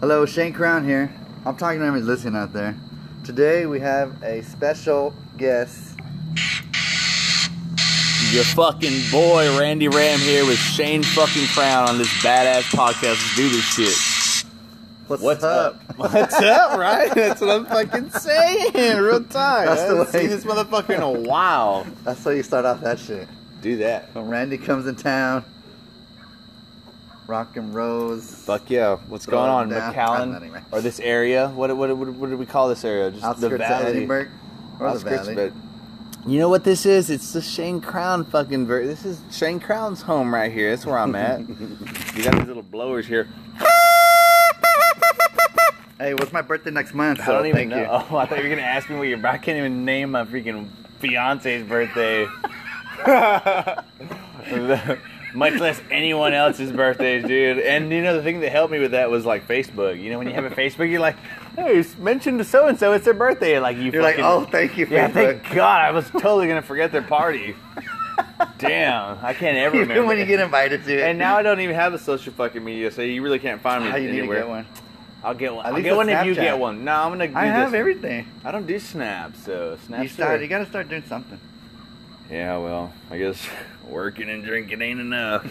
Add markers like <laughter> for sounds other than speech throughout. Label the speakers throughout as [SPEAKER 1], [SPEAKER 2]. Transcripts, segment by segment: [SPEAKER 1] Hello, Shane Crown here. I'm talking to everyone listening out there. Today we have a special guest.
[SPEAKER 2] Your fucking boy Randy Ram here with Shane fucking Crown on this badass podcast. Let's do this shit.
[SPEAKER 1] What's,
[SPEAKER 2] What's
[SPEAKER 1] up?
[SPEAKER 2] What's up, <laughs> right? That's what I'm fucking saying.
[SPEAKER 1] <laughs>
[SPEAKER 2] Real time.
[SPEAKER 1] That's
[SPEAKER 2] I
[SPEAKER 1] the
[SPEAKER 2] haven't
[SPEAKER 1] way-
[SPEAKER 2] seen this motherfucker in a while.
[SPEAKER 1] <laughs> That's how you start off that shit.
[SPEAKER 2] Do that.
[SPEAKER 1] When Randy comes in town, rock and rose.
[SPEAKER 2] Fuck yeah. What's
[SPEAKER 1] Throw
[SPEAKER 2] going
[SPEAKER 1] it
[SPEAKER 2] on,
[SPEAKER 1] down.
[SPEAKER 2] McAllen?
[SPEAKER 1] I'm not even-
[SPEAKER 2] Or this area? What, what, what, what do we call this area? Just
[SPEAKER 1] outskirts
[SPEAKER 2] the
[SPEAKER 1] of
[SPEAKER 2] valley.
[SPEAKER 1] Edinburgh. Or
[SPEAKER 2] Outskirts
[SPEAKER 1] the
[SPEAKER 2] of
[SPEAKER 1] valley.
[SPEAKER 2] it. You know what this is? It's the Shane Crown fucking. Ver- this is Shane Crown's home right here. That's where
[SPEAKER 1] <laughs>
[SPEAKER 2] I'm at. you got these little blowers here.
[SPEAKER 1] Hey, what's my birthday next month?
[SPEAKER 2] I
[SPEAKER 1] so
[SPEAKER 2] don't
[SPEAKER 1] thank
[SPEAKER 2] even know. <laughs>
[SPEAKER 1] you.
[SPEAKER 2] Oh, I thought you were gonna ask me what your. I can't even name my freaking fiance's birthday. <laughs> Much less anyone else's birthdays, dude. And you know the thing that helped me with that was like Facebook. You know when you have a Facebook, you're like, hey, it's mentioned to so and so, it's their birthday. Like you.
[SPEAKER 1] <laughs> You're like,
[SPEAKER 2] fucking-
[SPEAKER 1] oh, thank you,
[SPEAKER 2] Yeah,
[SPEAKER 1] Facebook.
[SPEAKER 2] thank God. I was totally gonna forget their party. Damn, I can't ever
[SPEAKER 1] <laughs> <laughs>
[SPEAKER 2] remember.
[SPEAKER 1] Even when you get invited to it.
[SPEAKER 2] and now I don't even have a social fucking media, so you really can't find me
[SPEAKER 1] How you need to
[SPEAKER 2] anywhere.
[SPEAKER 1] get one.
[SPEAKER 2] I'll get one.
[SPEAKER 1] At
[SPEAKER 2] I'll
[SPEAKER 1] least
[SPEAKER 2] get
[SPEAKER 1] a
[SPEAKER 2] one if you
[SPEAKER 1] Snapchat.
[SPEAKER 2] get one. No, I'm gonna. Do
[SPEAKER 1] I have
[SPEAKER 2] this.
[SPEAKER 1] everything.
[SPEAKER 2] I don't do Snap, so Snap.
[SPEAKER 1] You start. You gotta start doing something.
[SPEAKER 2] Yeah, well, I guess <laughs> working and drinking ain't <laughs> enough,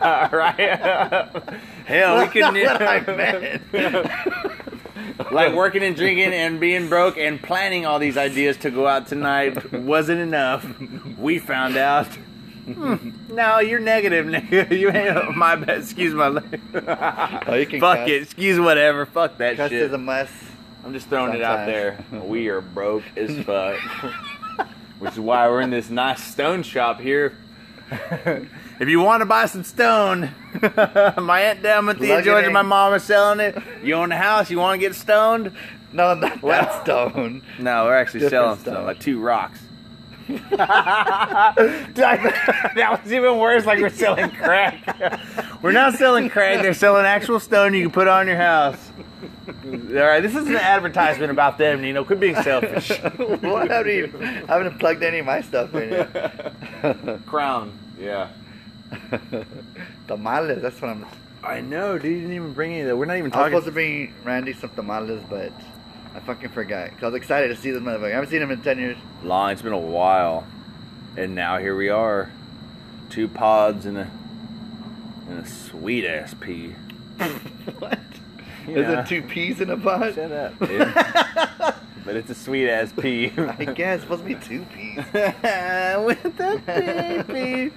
[SPEAKER 2] right? Hell, we
[SPEAKER 1] <laughs>
[SPEAKER 2] could.
[SPEAKER 1] That's what I
[SPEAKER 2] <laughs>
[SPEAKER 1] meant.
[SPEAKER 2] like working and drinking and being broke and planning all these ideas to go out tonight wasn't enough. We found out. Hmm, no, you're negative, nigga. <laughs> You ain't my bad. Excuse <laughs> my.
[SPEAKER 1] oh, you can
[SPEAKER 2] Fuck
[SPEAKER 1] cuss.
[SPEAKER 2] it. Excuse whatever. Fuck that
[SPEAKER 1] Cuss
[SPEAKER 2] shit.
[SPEAKER 1] is a must.
[SPEAKER 2] I'm just throwing it out there. We are broke
[SPEAKER 1] <laughs>
[SPEAKER 2] as fuck. Which is why we're in this nice stone
[SPEAKER 1] <laughs>
[SPEAKER 2] shop here. if you want to buy some stone, <laughs> my aunt down with
[SPEAKER 1] Plug
[SPEAKER 2] the
[SPEAKER 1] it
[SPEAKER 2] Georgia,
[SPEAKER 1] in.
[SPEAKER 2] my mom are selling it. You own a house, you want to get stoned?
[SPEAKER 1] No, <laughs> not
[SPEAKER 2] Wow.
[SPEAKER 1] that
[SPEAKER 2] <laughs>
[SPEAKER 1] stone.
[SPEAKER 2] No, we're actually
[SPEAKER 1] Different
[SPEAKER 2] selling
[SPEAKER 1] stone.
[SPEAKER 2] stone, like two <laughs> rocks. <laughs> that was even worse, like we're selling crack. <laughs> we're not selling crack, they're selling actual stone you can put on your house. Alright, this is an advertisement about them, Nino. Quit being selfish.
[SPEAKER 1] what? I haven't, even, I haven't plugged any of my stuff in
[SPEAKER 2] <laughs>
[SPEAKER 1] yet.
[SPEAKER 2] <laughs> Crown. Yeah.
[SPEAKER 1] tamales. That's what I'm.
[SPEAKER 2] I know, dude. You didn't even bring any of that. We're not even
[SPEAKER 1] I was
[SPEAKER 2] talking.
[SPEAKER 1] supposed to bring Randy some tamales, but I fucking forgot. Cause I was excited to see this motherfucker. I haven't seen him in ten years. <laughs>
[SPEAKER 2] Long, it's been a while. And now here we are. Two pods and a and a sweet ass pea.
[SPEAKER 1] what?
[SPEAKER 2] Yeah.
[SPEAKER 1] Is it two peas in a
[SPEAKER 2] <laughs>
[SPEAKER 1] pot? <laughs>
[SPEAKER 2] Shut up. dude. but it's a sweet ass pea.
[SPEAKER 1] I guess it's supposed to be two
[SPEAKER 2] <laughs>
[SPEAKER 1] peas.
[SPEAKER 2] With the baby.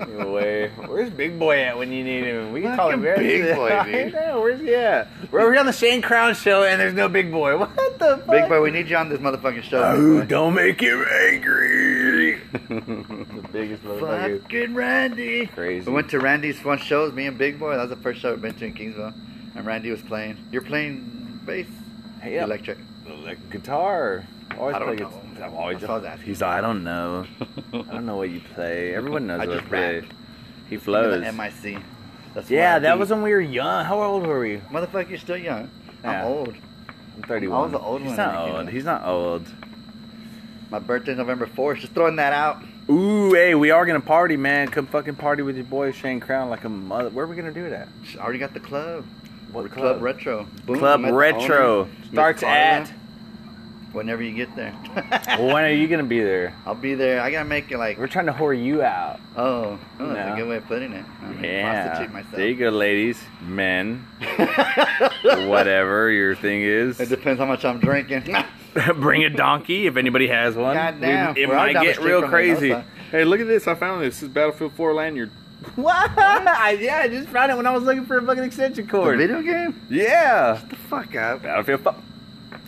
[SPEAKER 2] Anyway, where's Big Boy at when you need him? We can call him
[SPEAKER 1] Fucking Big
[SPEAKER 2] Randy.
[SPEAKER 1] Boy,
[SPEAKER 2] <laughs> I
[SPEAKER 1] dude.
[SPEAKER 2] know, where's he at? We're over here on the Shane Crown show and there's no Big Boy. <laughs> What the fuck?
[SPEAKER 1] Big boy, we need you on this motherfucking show.
[SPEAKER 2] Oh,
[SPEAKER 1] big boy.
[SPEAKER 2] don't make him angry. the biggest
[SPEAKER 1] Fucking Randy.
[SPEAKER 2] Crazy.
[SPEAKER 1] We went to Randy's fun shows. Me and Big Boy. That was the first show I've been to in Kingsville, and Randy was playing. You're playing bass,
[SPEAKER 2] Hey, like,
[SPEAKER 1] electric.
[SPEAKER 2] like guitar. Always
[SPEAKER 1] I don't
[SPEAKER 2] play
[SPEAKER 1] know.
[SPEAKER 2] guitar. I'm always
[SPEAKER 1] I saw that.
[SPEAKER 2] He's like, I don't know. I don't know what you
[SPEAKER 1] <laughs>
[SPEAKER 2] play. Everyone knows
[SPEAKER 1] I
[SPEAKER 2] what I
[SPEAKER 1] just
[SPEAKER 2] play.
[SPEAKER 1] rap.
[SPEAKER 2] He
[SPEAKER 1] Look
[SPEAKER 2] flows.
[SPEAKER 1] at the MIC. That's
[SPEAKER 2] yeah,
[SPEAKER 1] why I
[SPEAKER 2] that
[SPEAKER 1] beat.
[SPEAKER 2] was when we were young. How old were we?
[SPEAKER 1] Motherfucker, you're still young.
[SPEAKER 2] Yeah.
[SPEAKER 1] I'm old.
[SPEAKER 2] I'm 31.
[SPEAKER 1] the old
[SPEAKER 2] He's
[SPEAKER 1] one
[SPEAKER 2] not
[SPEAKER 1] when it came
[SPEAKER 2] old.
[SPEAKER 1] out.
[SPEAKER 2] He's not old.
[SPEAKER 1] My birthday's November 4th. Just throwing that out.
[SPEAKER 2] Ooh, hey, we are gonna party, man. Come fucking party with your boy Shane Crown like a mother. Where are we gonna do it at?
[SPEAKER 1] Sh- Already got the club.
[SPEAKER 2] What
[SPEAKER 1] We're Retro. Boom,
[SPEAKER 2] Club
[SPEAKER 1] met the
[SPEAKER 2] Retro
[SPEAKER 1] owner, Miss
[SPEAKER 2] starts
[SPEAKER 1] Carla,
[SPEAKER 2] at.
[SPEAKER 1] Whenever you get there. <laughs>
[SPEAKER 2] when are you gonna be there?
[SPEAKER 1] I'll be there. I gotta make it like,
[SPEAKER 2] We're trying to whore
[SPEAKER 1] <laughs>
[SPEAKER 2] you out.
[SPEAKER 1] oh, oh, that's
[SPEAKER 2] No.
[SPEAKER 1] a good way of putting it. I'm gonna
[SPEAKER 2] Yeah.
[SPEAKER 1] prostitute myself.
[SPEAKER 2] There you go, ladies,
[SPEAKER 1] <laughs>
[SPEAKER 2] men, whatever your thing
[SPEAKER 1] It
[SPEAKER 2] is.
[SPEAKER 1] depends how much I'm drinking.
[SPEAKER 2] <laughs>
[SPEAKER 1] <laughs>
[SPEAKER 2] Bring a donkey if anybody has one.
[SPEAKER 1] Goddamn,
[SPEAKER 2] We- It
[SPEAKER 1] we're all
[SPEAKER 2] might
[SPEAKER 1] down the
[SPEAKER 2] get
[SPEAKER 1] street
[SPEAKER 2] real
[SPEAKER 1] from
[SPEAKER 2] crazy.
[SPEAKER 1] Mendoza.
[SPEAKER 2] Hey, look at this! I found this. This is Battlefield 4 lanyard. What? I, yeah, I just found it when I was looking for a fucking extension
[SPEAKER 1] The
[SPEAKER 2] cord.
[SPEAKER 1] video game?
[SPEAKER 2] Yeah.
[SPEAKER 1] The fuck up.
[SPEAKER 2] Battlefield 4.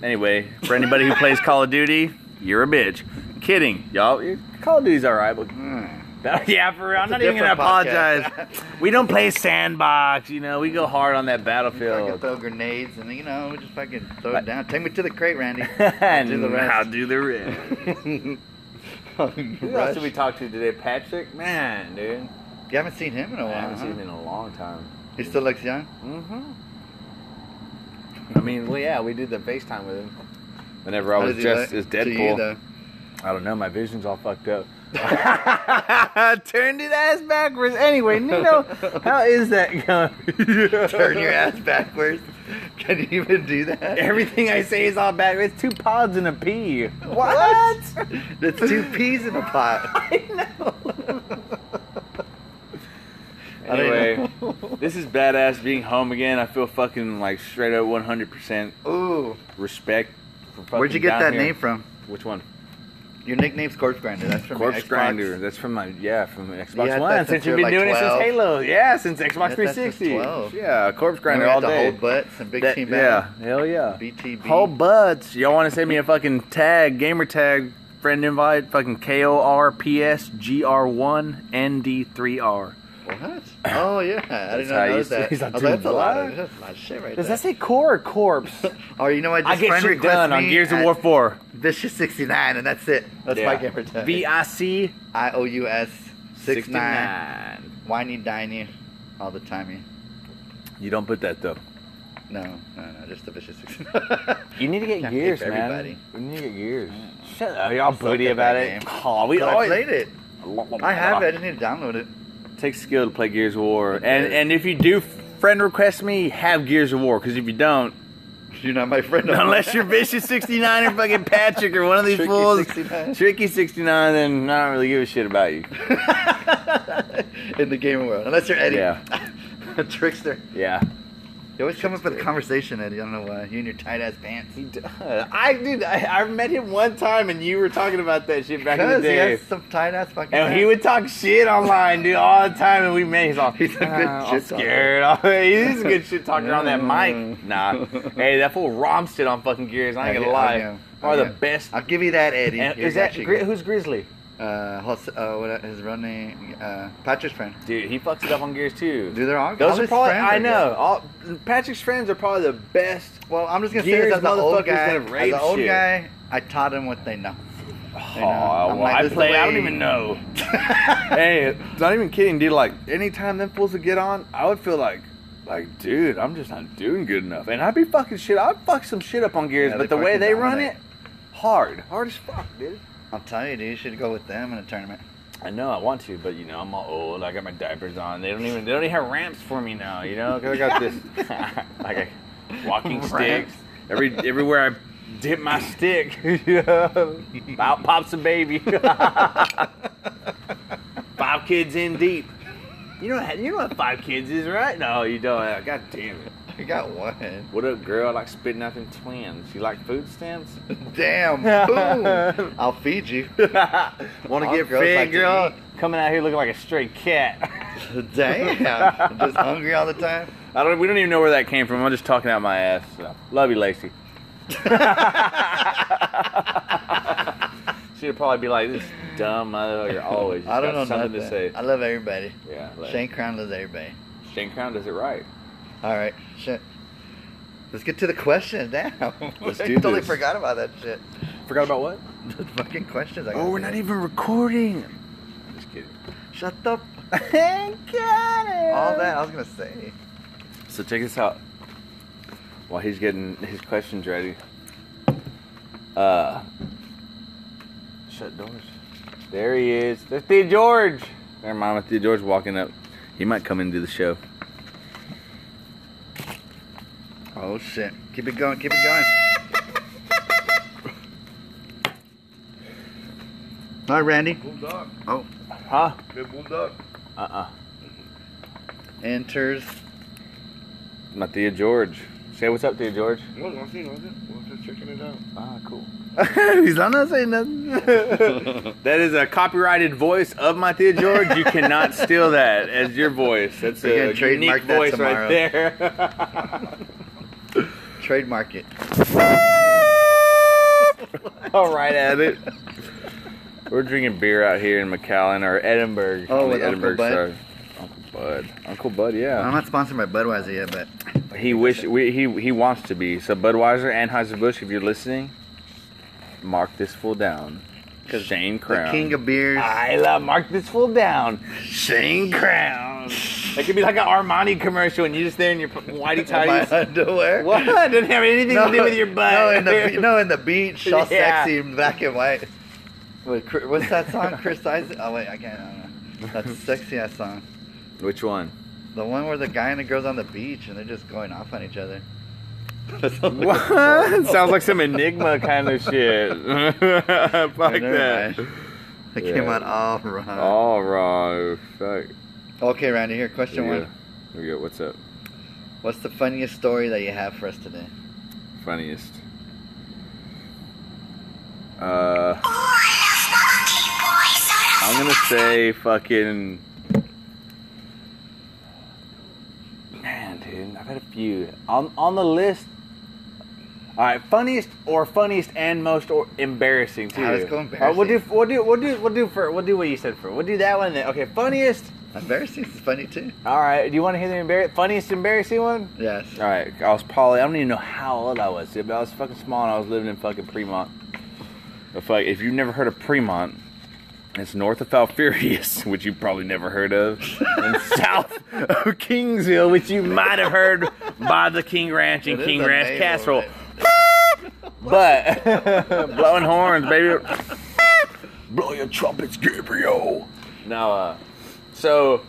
[SPEAKER 2] Anyway, for anybody who plays Call of Duty, you're a bitch. Kidding, y'all. Your- Call of Duty's all right, but
[SPEAKER 1] Mm.
[SPEAKER 2] That- Hmm. <laughs> yeah, for real. I'm
[SPEAKER 1] That's
[SPEAKER 2] not
[SPEAKER 1] a
[SPEAKER 2] even gonna
[SPEAKER 1] different
[SPEAKER 2] apologize. <laughs> we don't play sandbox. You know, we go hard on that
[SPEAKER 1] Fucking
[SPEAKER 2] battlefield.
[SPEAKER 1] throw grenades and, you know, we just fucking throw it down. Take me to the crate, Randy.
[SPEAKER 2] <laughs> and
[SPEAKER 1] do the rest.
[SPEAKER 2] I'll do the rest. <laughs> Who else
[SPEAKER 1] Rush.
[SPEAKER 2] did we talk to today? Patrick, man, dude.
[SPEAKER 1] You haven't seen him in a
[SPEAKER 2] I
[SPEAKER 1] while.
[SPEAKER 2] haven't
[SPEAKER 1] huh?
[SPEAKER 2] seen him in a long time.
[SPEAKER 1] He still looks young.
[SPEAKER 2] Mm-hmm. I mean, well, yeah, we did the FaceTime with him. Whenever I
[SPEAKER 1] How
[SPEAKER 2] was
[SPEAKER 1] does he
[SPEAKER 2] dressed
[SPEAKER 1] look
[SPEAKER 2] as
[SPEAKER 1] to you,
[SPEAKER 2] Deadpool,
[SPEAKER 1] though?
[SPEAKER 2] <laughs> I don't know. My vision's all fucked up. Turned his ass backwards. Anyway, Nino, how is that <laughs> going?
[SPEAKER 1] Turn your ass backwards. Can you even do that?
[SPEAKER 2] <laughs> Everything I say is all backwards. It's two pods and a pea.
[SPEAKER 1] What?
[SPEAKER 2] <laughs>
[SPEAKER 1] That's two peas in a pot.
[SPEAKER 2] I know.
[SPEAKER 1] I don't
[SPEAKER 2] <laughs> Anyway,
[SPEAKER 1] know.
[SPEAKER 2] this is badass being home again. I feel fucking like straight up 100%
[SPEAKER 1] Ooh.
[SPEAKER 2] respect. For fucking
[SPEAKER 1] Where'd you get
[SPEAKER 2] down
[SPEAKER 1] that
[SPEAKER 2] here.
[SPEAKER 1] name from?
[SPEAKER 2] Which one?
[SPEAKER 1] Your nickname's Corpse Grinder. That's from
[SPEAKER 2] Corpse
[SPEAKER 1] Xbox.
[SPEAKER 2] Grinder. That's from my yeah, from Xbox
[SPEAKER 1] had
[SPEAKER 2] One.
[SPEAKER 1] that
[SPEAKER 2] Since
[SPEAKER 1] since you
[SPEAKER 2] you've
[SPEAKER 1] were like
[SPEAKER 2] been doing it since
[SPEAKER 1] 12.
[SPEAKER 2] Halo, yeah, since Xbox
[SPEAKER 1] had that since
[SPEAKER 2] 360.
[SPEAKER 1] 12.
[SPEAKER 2] Yeah, Corpse Grinder
[SPEAKER 1] Remember
[SPEAKER 2] all
[SPEAKER 1] the
[SPEAKER 2] day.
[SPEAKER 1] whole butts and big
[SPEAKER 2] That-
[SPEAKER 1] team
[SPEAKER 2] yeah,
[SPEAKER 1] back.
[SPEAKER 2] hell yeah.
[SPEAKER 1] BTB.
[SPEAKER 2] Whole buds. Y'all want to send me a fucking tag, gamer tag, friend invite, fucking K O R P S G R one N D three R.
[SPEAKER 1] What? Oh yeah, I
[SPEAKER 2] That's
[SPEAKER 1] didn't
[SPEAKER 2] how
[SPEAKER 1] know
[SPEAKER 2] you
[SPEAKER 1] that.
[SPEAKER 2] say- <laughs> he's like,
[SPEAKER 1] I was like,
[SPEAKER 2] dude,
[SPEAKER 1] that's a lot
[SPEAKER 2] what?
[SPEAKER 1] of that's a lot of shit right
[SPEAKER 2] Does
[SPEAKER 1] there.
[SPEAKER 2] that say core or <laughs> corpse?
[SPEAKER 1] Or you know what?
[SPEAKER 2] I
[SPEAKER 1] Just
[SPEAKER 2] get
[SPEAKER 1] friend
[SPEAKER 2] shit
[SPEAKER 1] request
[SPEAKER 2] done
[SPEAKER 1] me
[SPEAKER 2] on Gears of
[SPEAKER 1] at
[SPEAKER 2] War <laughs> four.
[SPEAKER 1] Vicious sixty nine, and that's it. That's my gamer tag.
[SPEAKER 2] V I C
[SPEAKER 1] I O U S six
[SPEAKER 2] sixty
[SPEAKER 1] nine.
[SPEAKER 2] nine.
[SPEAKER 1] Whiny diney, all the timey.
[SPEAKER 2] You don't put that though.
[SPEAKER 1] No, no, no, just the vicious sixty nine.
[SPEAKER 2] You need to get <laughs>
[SPEAKER 1] Can't
[SPEAKER 2] gears,
[SPEAKER 1] keep
[SPEAKER 2] man.
[SPEAKER 1] everybody.
[SPEAKER 2] We need to get gears. Shut up, y'all booty
[SPEAKER 1] at
[SPEAKER 2] about
[SPEAKER 1] that
[SPEAKER 2] it.
[SPEAKER 1] game.
[SPEAKER 2] Oh, we
[SPEAKER 1] <laughs> But I
[SPEAKER 2] always-
[SPEAKER 1] played it. I have it. I just need to download it.
[SPEAKER 2] Takes skill to play Gears of War,
[SPEAKER 1] It
[SPEAKER 2] and
[SPEAKER 1] does.
[SPEAKER 2] and if you do friend request me, have Gears of War. Because if you don't,
[SPEAKER 1] You're not my friend.
[SPEAKER 2] <laughs> unless you're Vicious sixty nine or fucking Patrick or one of
[SPEAKER 1] <laughs>
[SPEAKER 2] these
[SPEAKER 1] Tricky
[SPEAKER 2] fools,
[SPEAKER 1] 69.
[SPEAKER 2] Tricky sixty nine, then I don't really give a shit about you.
[SPEAKER 1] <laughs> in the gaming world, unless you're Eddie,
[SPEAKER 2] Yeah.
[SPEAKER 1] a <laughs> trickster.
[SPEAKER 2] Yeah,
[SPEAKER 1] You always come up with a conversation, Eddie. I don't know why. You and your tight ass pants.
[SPEAKER 2] he does. <laughs> I dude, I, I met him one time, and you were talking about that shit back in the
[SPEAKER 1] Because he
[SPEAKER 2] day.
[SPEAKER 1] has some tight ass fucking.
[SPEAKER 2] And he
[SPEAKER 1] pants.
[SPEAKER 2] would talk shit online, dude, all the time. And we met. <laughs> He's all,
[SPEAKER 1] He's a good
[SPEAKER 2] "Ah, I'm
[SPEAKER 1] shit talker."
[SPEAKER 2] scared. <laughs> He's a good shit talker on that mic. <laughs> Nah. Hey, that fool romps it on fucking gears. Mm. I ain't gonna
[SPEAKER 1] Yeah, I
[SPEAKER 2] lie.
[SPEAKER 1] know.
[SPEAKER 2] One
[SPEAKER 1] I
[SPEAKER 2] of
[SPEAKER 1] know.
[SPEAKER 2] the best.
[SPEAKER 1] I'll give you that, Eddie.
[SPEAKER 2] And
[SPEAKER 1] Here's
[SPEAKER 2] is that
[SPEAKER 1] actually
[SPEAKER 2] Gri-
[SPEAKER 1] good.
[SPEAKER 2] who's Grizzly?
[SPEAKER 1] Uh, Jose, uh, what, his real name? Uh, Patrick's friend.
[SPEAKER 2] Dude, he fucks it up on gears too.
[SPEAKER 1] Dude, they're all, all
[SPEAKER 2] Those are
[SPEAKER 1] his
[SPEAKER 2] probably.
[SPEAKER 1] friends
[SPEAKER 2] I
[SPEAKER 1] are
[SPEAKER 2] know. All, Patrick's friends are probably the best.
[SPEAKER 1] good. Well, I'm just gonna say
[SPEAKER 2] Gears
[SPEAKER 1] this as an old
[SPEAKER 2] motherfuckers
[SPEAKER 1] guy.
[SPEAKER 2] that
[SPEAKER 1] As
[SPEAKER 2] rape
[SPEAKER 1] an old
[SPEAKER 2] shit.
[SPEAKER 1] guy, I taught him what they know.
[SPEAKER 2] Oh,
[SPEAKER 1] You know, I'm
[SPEAKER 2] well,
[SPEAKER 1] like,
[SPEAKER 2] I
[SPEAKER 1] this
[SPEAKER 2] play. I
[SPEAKER 1] way-
[SPEAKER 2] don't even know. <laughs> hey, not even kidding, dude. Like anytime them fools would get on, I would feel like, like, dude, I'm just not doing good enough, and I'd be fucking shit. I'd fuck some shit up on gears,
[SPEAKER 1] Yeah,
[SPEAKER 2] but
[SPEAKER 1] they
[SPEAKER 2] the way
[SPEAKER 1] fucking
[SPEAKER 2] they run
[SPEAKER 1] dominate.
[SPEAKER 2] it, hard, hard as fuck, dude.
[SPEAKER 1] I'll tell you, dude. You should go with them in a tournament. <laughs>
[SPEAKER 2] I know I want to, but you know I'm all old. I got my diapers on. They don't even they don't even have ramps for me now. You know, 'cause I got this <laughs> like a walking
[SPEAKER 1] Ramps.
[SPEAKER 2] sticks every everywhere I dip my stick. <laughs> you know, out pops a baby. <laughs> five kids in deep. You know you know what five kids is, right? No, you don't. God damn it.
[SPEAKER 1] I got one.
[SPEAKER 2] What up, girl? I like spitting out them twins. You like food stamps? <laughs>
[SPEAKER 1] Damn. Boom. I'll feed you.
[SPEAKER 2] Want to
[SPEAKER 1] All
[SPEAKER 2] get
[SPEAKER 1] girls
[SPEAKER 2] fed,
[SPEAKER 1] like to
[SPEAKER 2] girl?
[SPEAKER 1] eat.
[SPEAKER 2] Coming out here looking like a stray cat. <laughs>
[SPEAKER 1] Damn. I'm just hungry all the time.
[SPEAKER 2] I don't. We don't even know where that came from. I'm just talking out my ass. So. Love you,
[SPEAKER 1] <laughs>
[SPEAKER 2] Lacey. She'd probably be like, "This dumb motherfucker always just
[SPEAKER 1] I don't know
[SPEAKER 2] got something
[SPEAKER 1] nothing.
[SPEAKER 2] to say."
[SPEAKER 1] I love everybody.
[SPEAKER 2] yeah, like,
[SPEAKER 1] Shane Crown loves everybody.
[SPEAKER 2] Shane Crown does it right.
[SPEAKER 1] All right, shit. Let's get to the questions now. <laughs>
[SPEAKER 2] Let's
[SPEAKER 1] I
[SPEAKER 2] do
[SPEAKER 1] totally
[SPEAKER 2] this.
[SPEAKER 1] forgot about that shit. <laughs>
[SPEAKER 2] Forgot about what?
[SPEAKER 1] The fucking questions. I
[SPEAKER 2] Oh,
[SPEAKER 1] got
[SPEAKER 2] we're
[SPEAKER 1] today.
[SPEAKER 2] not even recording. Just kidding.
[SPEAKER 1] Shut up.
[SPEAKER 2] <laughs> Thank God.
[SPEAKER 1] All that I was gonna say.
[SPEAKER 2] So check this out. While he's getting his questions ready. Uh shut doors. There he is. That's Theo George. Never mind with Theo George walking up. He might come into the show.
[SPEAKER 1] Oh shit. Keep it going. Keep it
[SPEAKER 2] <laughs>
[SPEAKER 1] going. All right, Randy.
[SPEAKER 3] Bulldog.
[SPEAKER 1] Oh,
[SPEAKER 2] Huh?
[SPEAKER 3] Big bulldog.
[SPEAKER 2] Uh uh
[SPEAKER 1] enters.
[SPEAKER 2] My Theo George. Say what's up, Theo George.
[SPEAKER 3] No, nothing, nothing. We're just checking it out.
[SPEAKER 2] Ah, cool. <laughs> He's not not saying nothing. that is a copyrighted voice of my Thea George. You cannot steal that as your voice. That's
[SPEAKER 1] We're
[SPEAKER 2] a
[SPEAKER 1] gonna trademark
[SPEAKER 2] unique
[SPEAKER 1] that
[SPEAKER 2] voice
[SPEAKER 1] tomorrow.
[SPEAKER 2] right there.
[SPEAKER 1] <laughs>
[SPEAKER 2] <laughs>
[SPEAKER 1] Trademark it.
[SPEAKER 2] All right at it. <laughs> We're drinking beer out here in McAllen or Edinburgh.
[SPEAKER 1] Oh,
[SPEAKER 2] on the
[SPEAKER 1] with Uncle
[SPEAKER 2] Edinburgh
[SPEAKER 1] Bud?
[SPEAKER 2] side. Uncle Bud. Uncle Bud,
[SPEAKER 1] I'm
[SPEAKER 2] yeah.
[SPEAKER 1] not sponsored by Budweiser yet, but
[SPEAKER 2] He wish we, he he wants to be. So Budweiser, Anheuser Busch, if you're listening, mark this fool down.
[SPEAKER 1] 'Cause
[SPEAKER 2] Shane
[SPEAKER 1] the
[SPEAKER 2] Crown.
[SPEAKER 1] king of beers.
[SPEAKER 2] I love mark this fool down.
[SPEAKER 1] <laughs>
[SPEAKER 2] Shane Crown. That could be like an Armani commercial, and you're just there in
[SPEAKER 1] <laughs>
[SPEAKER 2] your whitey
[SPEAKER 1] my
[SPEAKER 2] tighties.
[SPEAKER 1] underwear. <laughs>
[SPEAKER 2] What? Doesn't have anything to do with your
[SPEAKER 1] <laughs>
[SPEAKER 2] butt. <laughs>
[SPEAKER 1] No, in the, no, in the beach, all
[SPEAKER 2] Yeah.
[SPEAKER 1] sexy, black and white. Wait, Chri- what's that <laughs> song? Chris Isaac? Oh wait, I can't. I don't know. <laughs> That's a sexy ass song.
[SPEAKER 2] Which one?
[SPEAKER 1] The one where the guy and the girl's on the beach and they're just going off on each <laughs> other.
[SPEAKER 2] What? <laughs> Sounds like some Enigma kind of shit. <laughs> Fuck
[SPEAKER 1] Yeah, never
[SPEAKER 2] that.
[SPEAKER 1] mind. Uh, It came
[SPEAKER 2] Yeah.
[SPEAKER 1] out all wrong.
[SPEAKER 2] All wrong. Fuck.
[SPEAKER 1] Okay, Randy. Here, question
[SPEAKER 2] Yeah.
[SPEAKER 1] one.
[SPEAKER 2] Here we go. What's up?
[SPEAKER 1] What's the funniest story that you have for us today?
[SPEAKER 2] Funniest. Uh, I'm gonna say fucking. Man, dude, I've had a few. On on the list. All right, funniest or funniest and most or embarrassing too.
[SPEAKER 1] Ah, let's go
[SPEAKER 2] All right, we'll do we'll do we'll do we'll do for we'll do what you said for. We'll do that one. Then. Okay, funniest.
[SPEAKER 1] Embarrassing is funny too.
[SPEAKER 2] All right, do you want to hear the embar- funniest embarrassing one?
[SPEAKER 1] Yes.
[SPEAKER 2] All right, I was probably I don't even know how old I was, dude, but I was fucking small and I was living in fucking Fremont. The fuck, if you've never heard of Fremont, it's north of Falfurrias, <laughs> which you probably never heard of,
[SPEAKER 1] <laughs>
[SPEAKER 2] and south of Kingsville, which you might have heard by the King Ranch and
[SPEAKER 1] It is
[SPEAKER 2] King
[SPEAKER 1] a
[SPEAKER 2] Ranch
[SPEAKER 1] navel,
[SPEAKER 2] Casserole.
[SPEAKER 1] right?
[SPEAKER 2] But <laughs> blowing horns, baby. Blow your trumpets, Gabriel. Now, uh, so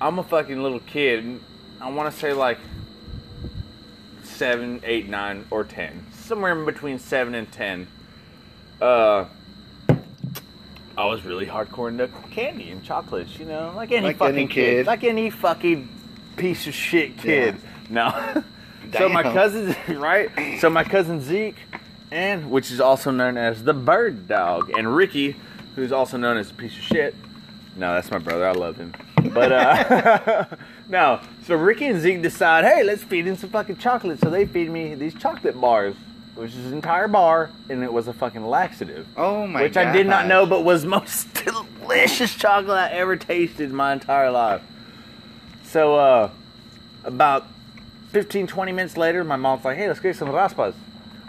[SPEAKER 2] I'm a fucking little kid. I want to say like seven, eight, nine, or ten, somewhere in between seven and ten. Uh, I was really hardcore into candy and chocolates, you know, like any
[SPEAKER 1] Like
[SPEAKER 2] fucking
[SPEAKER 1] any
[SPEAKER 2] kid.
[SPEAKER 1] kid.
[SPEAKER 2] like any fucking piece of shit kid. No. <laughs> So my
[SPEAKER 1] Damn.
[SPEAKER 2] cousin, <laughs> right? So my cousin Zeke, and which is also known as the bird dog, and Ricky, who's also known as a piece of shit. No, that's my brother. I love him. But uh, <laughs> no, so Ricky and Zeke decide, hey, let's feed him some fucking chocolate. So they feed me these chocolate bars, which is an entire bar, and it was a fucking laxative
[SPEAKER 1] Oh my.
[SPEAKER 2] which I did not
[SPEAKER 1] gosh.
[SPEAKER 2] know, but was <laughs> most delicious chocolate I ever tasted in my entire life. So, uh, about 15, 20 minutes later, my mom's like, hey, let's get some raspas.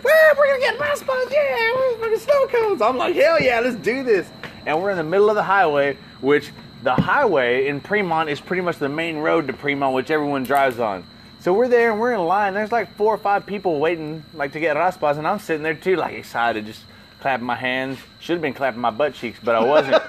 [SPEAKER 2] Well, we're gonna get raspas, yeah, we're fucking snow cones. I'm like, hell yeah, let's do this. And we're in the middle of the highway, which the highway in Fremont is pretty much the main road to Fremont, which everyone drives on. So we're there and we're in line. There's like four or five people waiting, like to get raspas, and I'm sitting there too, like excited, just clapping my hands. Should have been clapping my butt cheeks, but I wasn't.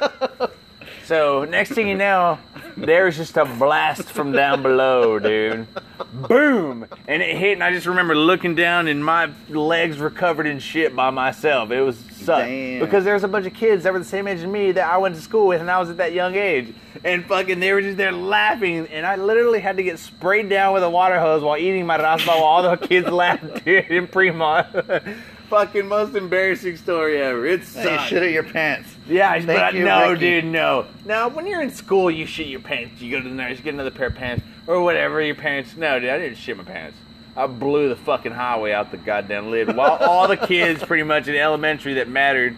[SPEAKER 2] So next thing you know, there's just a blast from down below, dude. Boom! And it hit, and I just remember looking down, and my legs were covered in shit by myself. It was sucked
[SPEAKER 1] Damn.
[SPEAKER 2] because there was a bunch of kids that were the same age as me that I went to school with, and I was at that young age. And fucking, they were just there laughing, and I literally had to get sprayed down with a water hose while eating my raspa while all the <laughs> kids laughed dude, in Fremont. <laughs> fucking most embarrassing story ever. It's
[SPEAKER 1] Hey, shit out your pants.
[SPEAKER 2] yeah, I- but I-
[SPEAKER 1] you,
[SPEAKER 2] no,
[SPEAKER 1] Ricky.
[SPEAKER 2] dude, no. Now, when you're in school, you shit your pants. You go to the nurse, get another pair of pants, or whatever your pants. No, dude, I didn't shit my pants. I blew the fucking highway out the goddamn lid while all the kids, pretty much in elementary that mattered,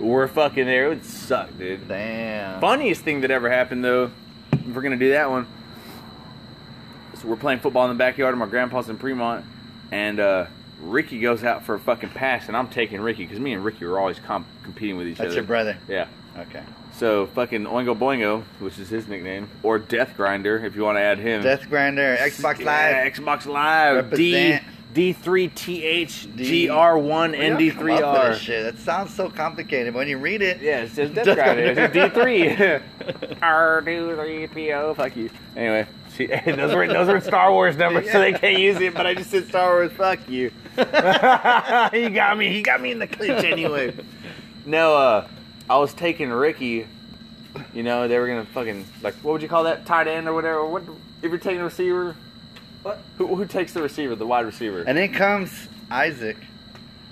[SPEAKER 2] were fucking there. It would suck, dude.
[SPEAKER 1] Damn.
[SPEAKER 2] Funniest thing that ever happened, though, if we're gonna do that one, so we're playing football in the backyard of my grandpa's in Fremont, and uh, Ricky goes out for a fucking pass, and I'm taking Ricky because me and Ricky were always comp- competing with each
[SPEAKER 1] That's
[SPEAKER 2] other.
[SPEAKER 1] your brother.
[SPEAKER 2] Yeah.
[SPEAKER 1] Okay.
[SPEAKER 2] So fucking Oingo Boingo, which is his nickname, or Death Grinder if you want to add him.
[SPEAKER 1] Death Grinder, Xbox
[SPEAKER 2] Yeah,
[SPEAKER 1] Live.
[SPEAKER 2] Xbox Live. D
[SPEAKER 1] Represent.
[SPEAKER 2] D three T H G R one
[SPEAKER 1] Where y'all
[SPEAKER 2] N D
[SPEAKER 1] come
[SPEAKER 2] three
[SPEAKER 1] up with
[SPEAKER 2] R.
[SPEAKER 1] this shit? That sounds so complicated. But when you read
[SPEAKER 2] <laughs>
[SPEAKER 1] it,
[SPEAKER 2] Yeah, it says Death
[SPEAKER 1] Death
[SPEAKER 2] Grinder. It's D
[SPEAKER 1] Grinder.
[SPEAKER 2] three. <laughs> R two three P O. Fuck you. Anyway, see, <laughs> those were those were Star Wars numbers, so they can't use it. But I just said Star Wars. Fuck you. <laughs> he got me. He got me in the clinch anyway. No, uh, I was taking Ricky. You know, they were gonna fucking like what would you call that tight end or whatever. What if you're taking a receiver? What? Who, who takes the receiver? The wide receiver.
[SPEAKER 1] and then comes Isaac.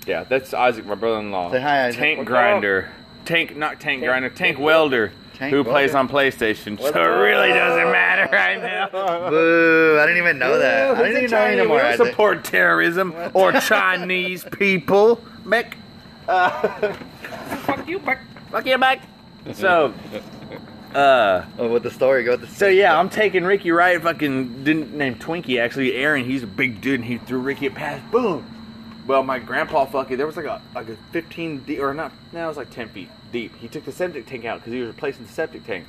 [SPEAKER 2] Yeah, that's Isaac, my brother-in-law.
[SPEAKER 1] Say hi, Isaac.
[SPEAKER 2] Tank
[SPEAKER 1] What's
[SPEAKER 2] grinder, tank not tank, grinder, tank, welder,
[SPEAKER 1] Tank
[SPEAKER 2] who
[SPEAKER 1] welder.
[SPEAKER 2] plays on PlayStation.
[SPEAKER 1] What's
[SPEAKER 2] so it really
[SPEAKER 1] up?
[SPEAKER 2] doesn't matter right now.
[SPEAKER 1] Boo! I didn't even know that. Oh, I didn't even know
[SPEAKER 2] Chinese-
[SPEAKER 1] anymore.
[SPEAKER 2] We don't
[SPEAKER 1] Isaac.
[SPEAKER 2] support terrorism or Chinese people, Mick. Uh, fuck you, Mick. Fuck you, Mick. So, uh.
[SPEAKER 1] Oh, with the story, go with the.
[SPEAKER 2] So yeah, I'm taking Ricky right. Fucking didn't name Twinkie actually. Aaron, he's a big dude, and he threw Ricky a pass. Boom. Well, my grandpa fucking there was like a like a 15 deep or not. No, it was like 10 feet deep. He took the septic tank out because he was replacing the septic tank,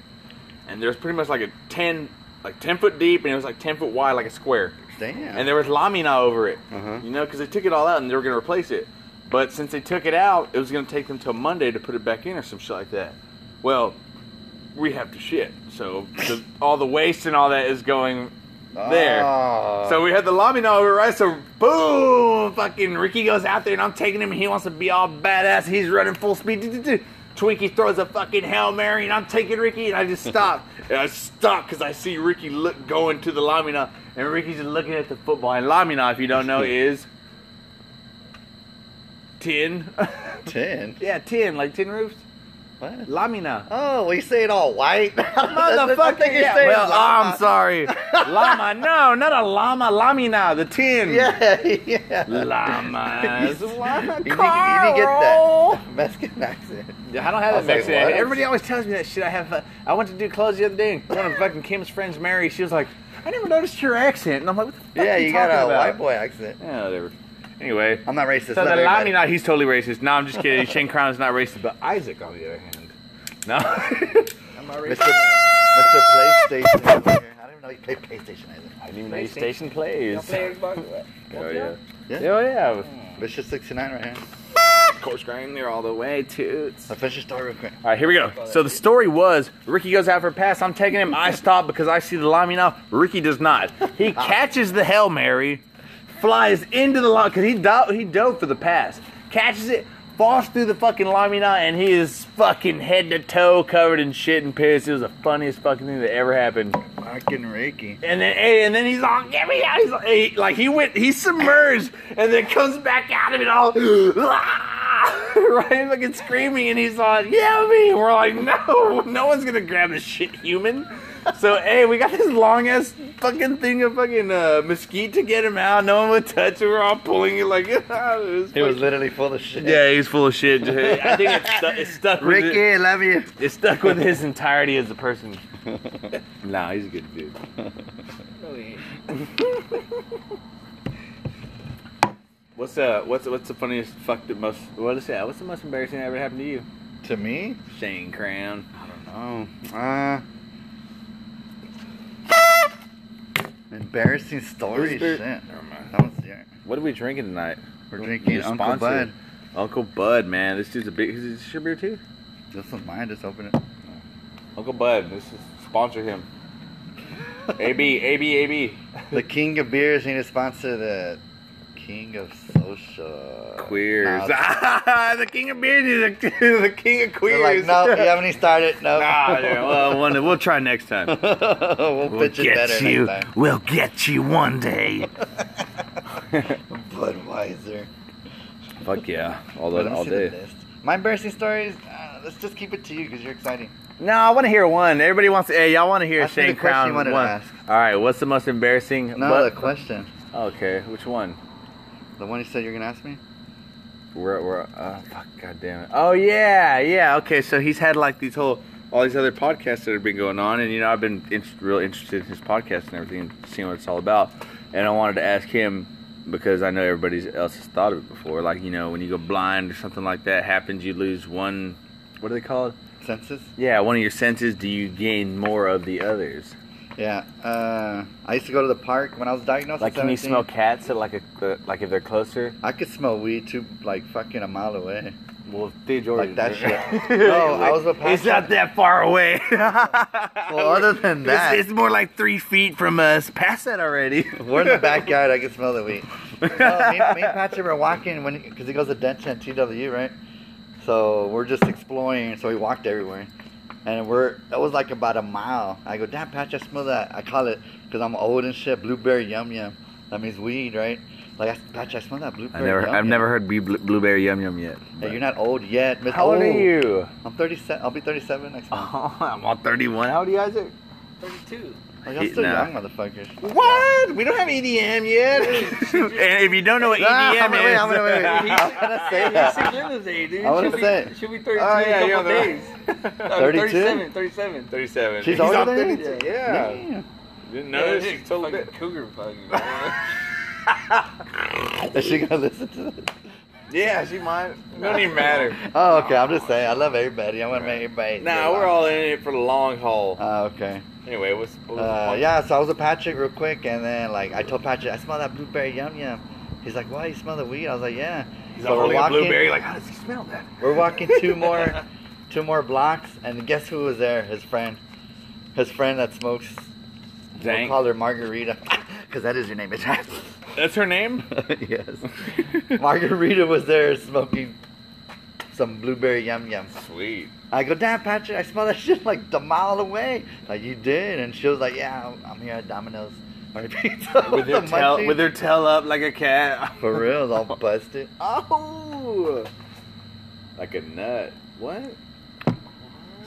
[SPEAKER 2] and there was pretty much like a 10 like 10 foot deep, and it was like 10 foot wide, like a square
[SPEAKER 1] Damn.
[SPEAKER 2] and there was lamina over it.
[SPEAKER 1] Uh-huh.
[SPEAKER 2] You know, because they took it all out and they were gonna replace it. But since they took it out, it was going to take them till Monday to put it back in or some shit like that. Well, we have to shit. So the, all the waste and all that is going there.
[SPEAKER 1] Ah.
[SPEAKER 2] So we had the lobby now over, right? So boom, fucking Ricky goes out there and I'm taking him and he wants to be all badass. He's running full speed. Do-do-do. Twinkie throws a fucking Hail Mary and I'm taking Ricky and
[SPEAKER 1] <laughs>
[SPEAKER 2] I just stop. and I stop because I see Ricky look going to the Lamina and Ricky's just looking at the football. And Lamina, if you
[SPEAKER 1] <laughs>
[SPEAKER 2] don't know, is 10.
[SPEAKER 1] ten.
[SPEAKER 2] <laughs> yeah, 10, like 10 roofs.
[SPEAKER 1] What? <laughs>
[SPEAKER 2] Lamina.
[SPEAKER 1] Oh, we say it all white. <laughs> I
[SPEAKER 2] Motherfucker,
[SPEAKER 1] think you
[SPEAKER 2] yeah.
[SPEAKER 1] say it
[SPEAKER 2] Well,
[SPEAKER 1] llama.
[SPEAKER 2] I'm sorry. llama, no, not a llama, lamina, the tin.
[SPEAKER 1] Yeah, <laughs> yeah.
[SPEAKER 2] <laughs> Llamas. Llama,
[SPEAKER 1] You didn't- you didn't get
[SPEAKER 2] Carl.
[SPEAKER 1] Mexican <laughs> accent.
[SPEAKER 2] I don't have
[SPEAKER 1] I
[SPEAKER 2] that
[SPEAKER 1] was like,
[SPEAKER 2] Mexican.
[SPEAKER 1] what?
[SPEAKER 2] Everybody always tells me that shit. I have. Uh, I went to do clothes the other day. and One of fucking Kim's friends, Mary, she was like, "I never noticed your accent," and I'm like, "What the fuck?"
[SPEAKER 1] Yeah,
[SPEAKER 2] are
[SPEAKER 1] you got a
[SPEAKER 2] talking about?
[SPEAKER 1] white boy accent.
[SPEAKER 2] Yeah, whatever. Anyway,
[SPEAKER 1] I'm not racist.
[SPEAKER 2] so
[SPEAKER 1] love
[SPEAKER 2] the
[SPEAKER 1] everybody.
[SPEAKER 2] lamina, he's totally racist. No, I'm just kidding. Shane Crown's not racist, but Isaac, on the other hand,
[SPEAKER 1] <laughs>
[SPEAKER 2] no. Am I
[SPEAKER 1] Mr. Mr. PlayStation. over here. I didn't know you played PlayStation either.
[SPEAKER 2] I didn't even know your station plays. Oh yeah.
[SPEAKER 1] Yeah.
[SPEAKER 2] Oh yeah.
[SPEAKER 1] Vicious 69 right here.
[SPEAKER 2] Course grinding there all the way, toots.
[SPEAKER 1] Let's finish the story real quick.
[SPEAKER 2] All right, here we go. So the story was Ricky goes out for a pass. I'm taking him. I stop because I see the lineman off. Ricky does not. He catches the hail mary, flies into the line because he dove, he dove for the pass. Catches it, falls through the fucking lineman, and he is fucking head to toe covered in shit and piss. It was the funniest fucking thing that ever happened.
[SPEAKER 1] Fucking Reiki.
[SPEAKER 2] And then hey, and then he's all get me out. He's all- he- like he went, he submerged, and then comes back out of it all, "Ah!" <laughs> right, fucking screaming, and he's like, "Yeah, me." We're like, "No, no one's gonna grab this shit, human." So hey, we got this long ass fucking thing of fucking uh, mesquite to get him out. No one would touch it. We're all pulling it like <laughs> it was
[SPEAKER 1] It was
[SPEAKER 2] fucking-
[SPEAKER 1] literally full of shit.
[SPEAKER 2] Yeah, he's full of shit. <laughs> I think it's stu- it's stuck. with it-
[SPEAKER 1] Ricky, love you.
[SPEAKER 2] it stuck with his entirety as a person. <laughs> nah, he's a good dude. what's uh what's what's the funniest fucked up most what is that? uh, What's the most embarrassing that ever happened to you?
[SPEAKER 1] To me?
[SPEAKER 2] Shane Crown.
[SPEAKER 1] Oh, uh. Embarrassing story,
[SPEAKER 2] Who's
[SPEAKER 1] shit.
[SPEAKER 2] there?
[SPEAKER 1] That
[SPEAKER 2] Never mind.
[SPEAKER 1] was yeah.
[SPEAKER 2] What are we drinking tonight?
[SPEAKER 1] We're drinking
[SPEAKER 2] Your
[SPEAKER 1] Uncle
[SPEAKER 2] sponsor.
[SPEAKER 1] Bud.
[SPEAKER 2] Uncle Bud, man. This dude's a big is this your beer too?
[SPEAKER 1] This one's mine. Just open it.
[SPEAKER 2] Uncle Bud, this is sponsor him. A B A B A B.
[SPEAKER 1] The king of beers need to sponsor the king of social.
[SPEAKER 2] Queers.
[SPEAKER 1] No,
[SPEAKER 2] the king of beers is <laughs> the, the king of
[SPEAKER 1] they're
[SPEAKER 2] <laughs> queers.
[SPEAKER 1] like, no,
[SPEAKER 2] <laughs>
[SPEAKER 1] you haven't even started. No.
[SPEAKER 2] Ah, yeah, well, one, we'll try next
[SPEAKER 1] <laughs>
[SPEAKER 2] time.
[SPEAKER 1] we'll, pitch it better next time.
[SPEAKER 2] We'll get you one day.
[SPEAKER 1] Budweiser.
[SPEAKER 2] <laughs> Fuck yeah, all
[SPEAKER 1] Let
[SPEAKER 2] that,
[SPEAKER 1] me
[SPEAKER 2] all
[SPEAKER 1] see the
[SPEAKER 2] day.
[SPEAKER 1] list. My embarrassing stories. Uh, let's just keep it to you because you're exciting.
[SPEAKER 2] No, I want to hear one. Everybody wants. Hey, y'all want to hear
[SPEAKER 1] Ask me the
[SPEAKER 2] Shane
[SPEAKER 1] question
[SPEAKER 2] Crown
[SPEAKER 1] you
[SPEAKER 2] one?
[SPEAKER 1] wanted to ask.
[SPEAKER 2] All right, what's the most embarrassing?
[SPEAKER 1] No,
[SPEAKER 2] but-
[SPEAKER 1] the question.
[SPEAKER 2] okay, which one?
[SPEAKER 1] The one you said you're gonna ask me.
[SPEAKER 2] We're we're oh fuck, god damn it. Oh yeah, yeah. Okay, so he's had like these whole all these other podcasts that have been going on, and you know I've been in, real interested in his podcast and everything, and seeing what it's all about. And I wanted to ask him because I know everybody else has thought of it before. Like you know when you go blind or something like that happens, you lose one. What do they call it?
[SPEAKER 1] Census.
[SPEAKER 2] Yeah, one of your senses. Do you gain more of the others?
[SPEAKER 1] Yeah. Uh, I used to go to the park when I was diagnosed.
[SPEAKER 2] Like,
[SPEAKER 1] at
[SPEAKER 2] can you
[SPEAKER 1] 17.
[SPEAKER 2] smell cats at like a like if they're closer?
[SPEAKER 1] I could smell weed too, like fucking a mile away.
[SPEAKER 2] Well, they Jordan.
[SPEAKER 1] Like that
[SPEAKER 2] <laughs>
[SPEAKER 1] shit. <laughs> No, I was with
[SPEAKER 2] It's not that far away. <laughs>
[SPEAKER 1] Well, other than that,
[SPEAKER 2] It's, it's more like three feet from us. <laughs> Pass that already.
[SPEAKER 1] We're in the backyard. I can smell the weed. No, me, me and Patrick were walking when because he goes to Denton at TW, right? So we're just exploring. So we walked everywhere, and we're that was like about a mile. I go, damn, Patrick, I smell that. I call it because I'm old and shit. Blueberry yum yum. That means weed, right? Like, I, Patrick, I smell that
[SPEAKER 2] I
[SPEAKER 1] blueberry.
[SPEAKER 2] never,
[SPEAKER 1] yum
[SPEAKER 2] I've
[SPEAKER 1] yum."
[SPEAKER 2] never heard bee- bl- blueberry yum yum yet.
[SPEAKER 1] Hey, you're not old yet. Miss-
[SPEAKER 2] How old
[SPEAKER 1] Oh,
[SPEAKER 2] are you?
[SPEAKER 1] I'm 37. I'll be 37 next month.
[SPEAKER 2] <laughs> Oh, I'm all 31. How old are
[SPEAKER 1] <laughs>
[SPEAKER 2] you, Isaac?
[SPEAKER 4] 32.
[SPEAKER 1] Like, y'all
[SPEAKER 2] he-
[SPEAKER 1] still
[SPEAKER 2] nah.
[SPEAKER 1] young, motherfuckers.
[SPEAKER 2] What? We don't have EDM
[SPEAKER 4] <laughs>
[SPEAKER 2] yet. and if you don't know what EDM
[SPEAKER 1] Ah, I'm gonna-
[SPEAKER 2] E is,
[SPEAKER 1] wait, I'm gonna- wait, <laughs> wait.
[SPEAKER 4] He's-
[SPEAKER 1] I'm gonna say
[SPEAKER 4] Hey,
[SPEAKER 1] that.
[SPEAKER 4] You're sick Linda's age, dude.
[SPEAKER 1] I wouldn't
[SPEAKER 4] She'll be-
[SPEAKER 1] say it.
[SPEAKER 4] She'll be 32
[SPEAKER 2] Oh,
[SPEAKER 4] in
[SPEAKER 2] yeah,
[SPEAKER 4] a
[SPEAKER 2] you're
[SPEAKER 4] couple
[SPEAKER 2] the-
[SPEAKER 4] days. Uh,
[SPEAKER 1] 32?
[SPEAKER 4] 37,
[SPEAKER 2] <laughs>
[SPEAKER 4] 37.
[SPEAKER 2] 37.
[SPEAKER 1] She's
[SPEAKER 2] He's
[SPEAKER 1] older
[SPEAKER 2] all
[SPEAKER 1] than you?
[SPEAKER 2] 32.
[SPEAKER 1] Damn.
[SPEAKER 2] Didn't
[SPEAKER 4] Yeah,
[SPEAKER 2] know
[SPEAKER 4] she's
[SPEAKER 2] she's totally.
[SPEAKER 4] fucking cougar
[SPEAKER 2] <laughs>
[SPEAKER 4] fucking. man.
[SPEAKER 1] Is she gonna listen to this?
[SPEAKER 2] Yeah, she might. Don't even matter. <laughs>
[SPEAKER 1] Oh, okay. I'm just saying. I love everybody. I want to make everybody.
[SPEAKER 2] Nah, we're all in it for the long haul.
[SPEAKER 1] Ah, okay.
[SPEAKER 2] Anyway, what's, what was the
[SPEAKER 1] Uh,
[SPEAKER 2] point?
[SPEAKER 1] yeah, so I was with Patrick real quick, and then like I told Patrick, I smell that blueberry yum yum. He's like, why you smell the weed? I was like, yeah.
[SPEAKER 2] He's
[SPEAKER 1] So we're
[SPEAKER 2] holding a
[SPEAKER 1] walking-
[SPEAKER 2] blueberry. Like, how does he smell that?
[SPEAKER 1] We're walking two <laughs> more, two more blocks, and guess who was there? His friend, his friend that smokes. We'll
[SPEAKER 2] Dank.
[SPEAKER 1] call her Margarita, <laughs> because that is your name, bitch.
[SPEAKER 2] That's her name.
[SPEAKER 1] <laughs> yes.
[SPEAKER 2] <laughs>
[SPEAKER 1] Margarita was there smoking some blueberry yum yum.
[SPEAKER 4] Sweet.
[SPEAKER 1] I go, damn, Patrick, I smell that <laughs> shit like a mile away. Like you did, and she was like, yeah, I'm- I'm here at Domino's. <laughs> With
[SPEAKER 2] with her tail, with her <laughs> tail up like a cat.
[SPEAKER 1] For real, all busted.
[SPEAKER 2] Oh, like a nut. What?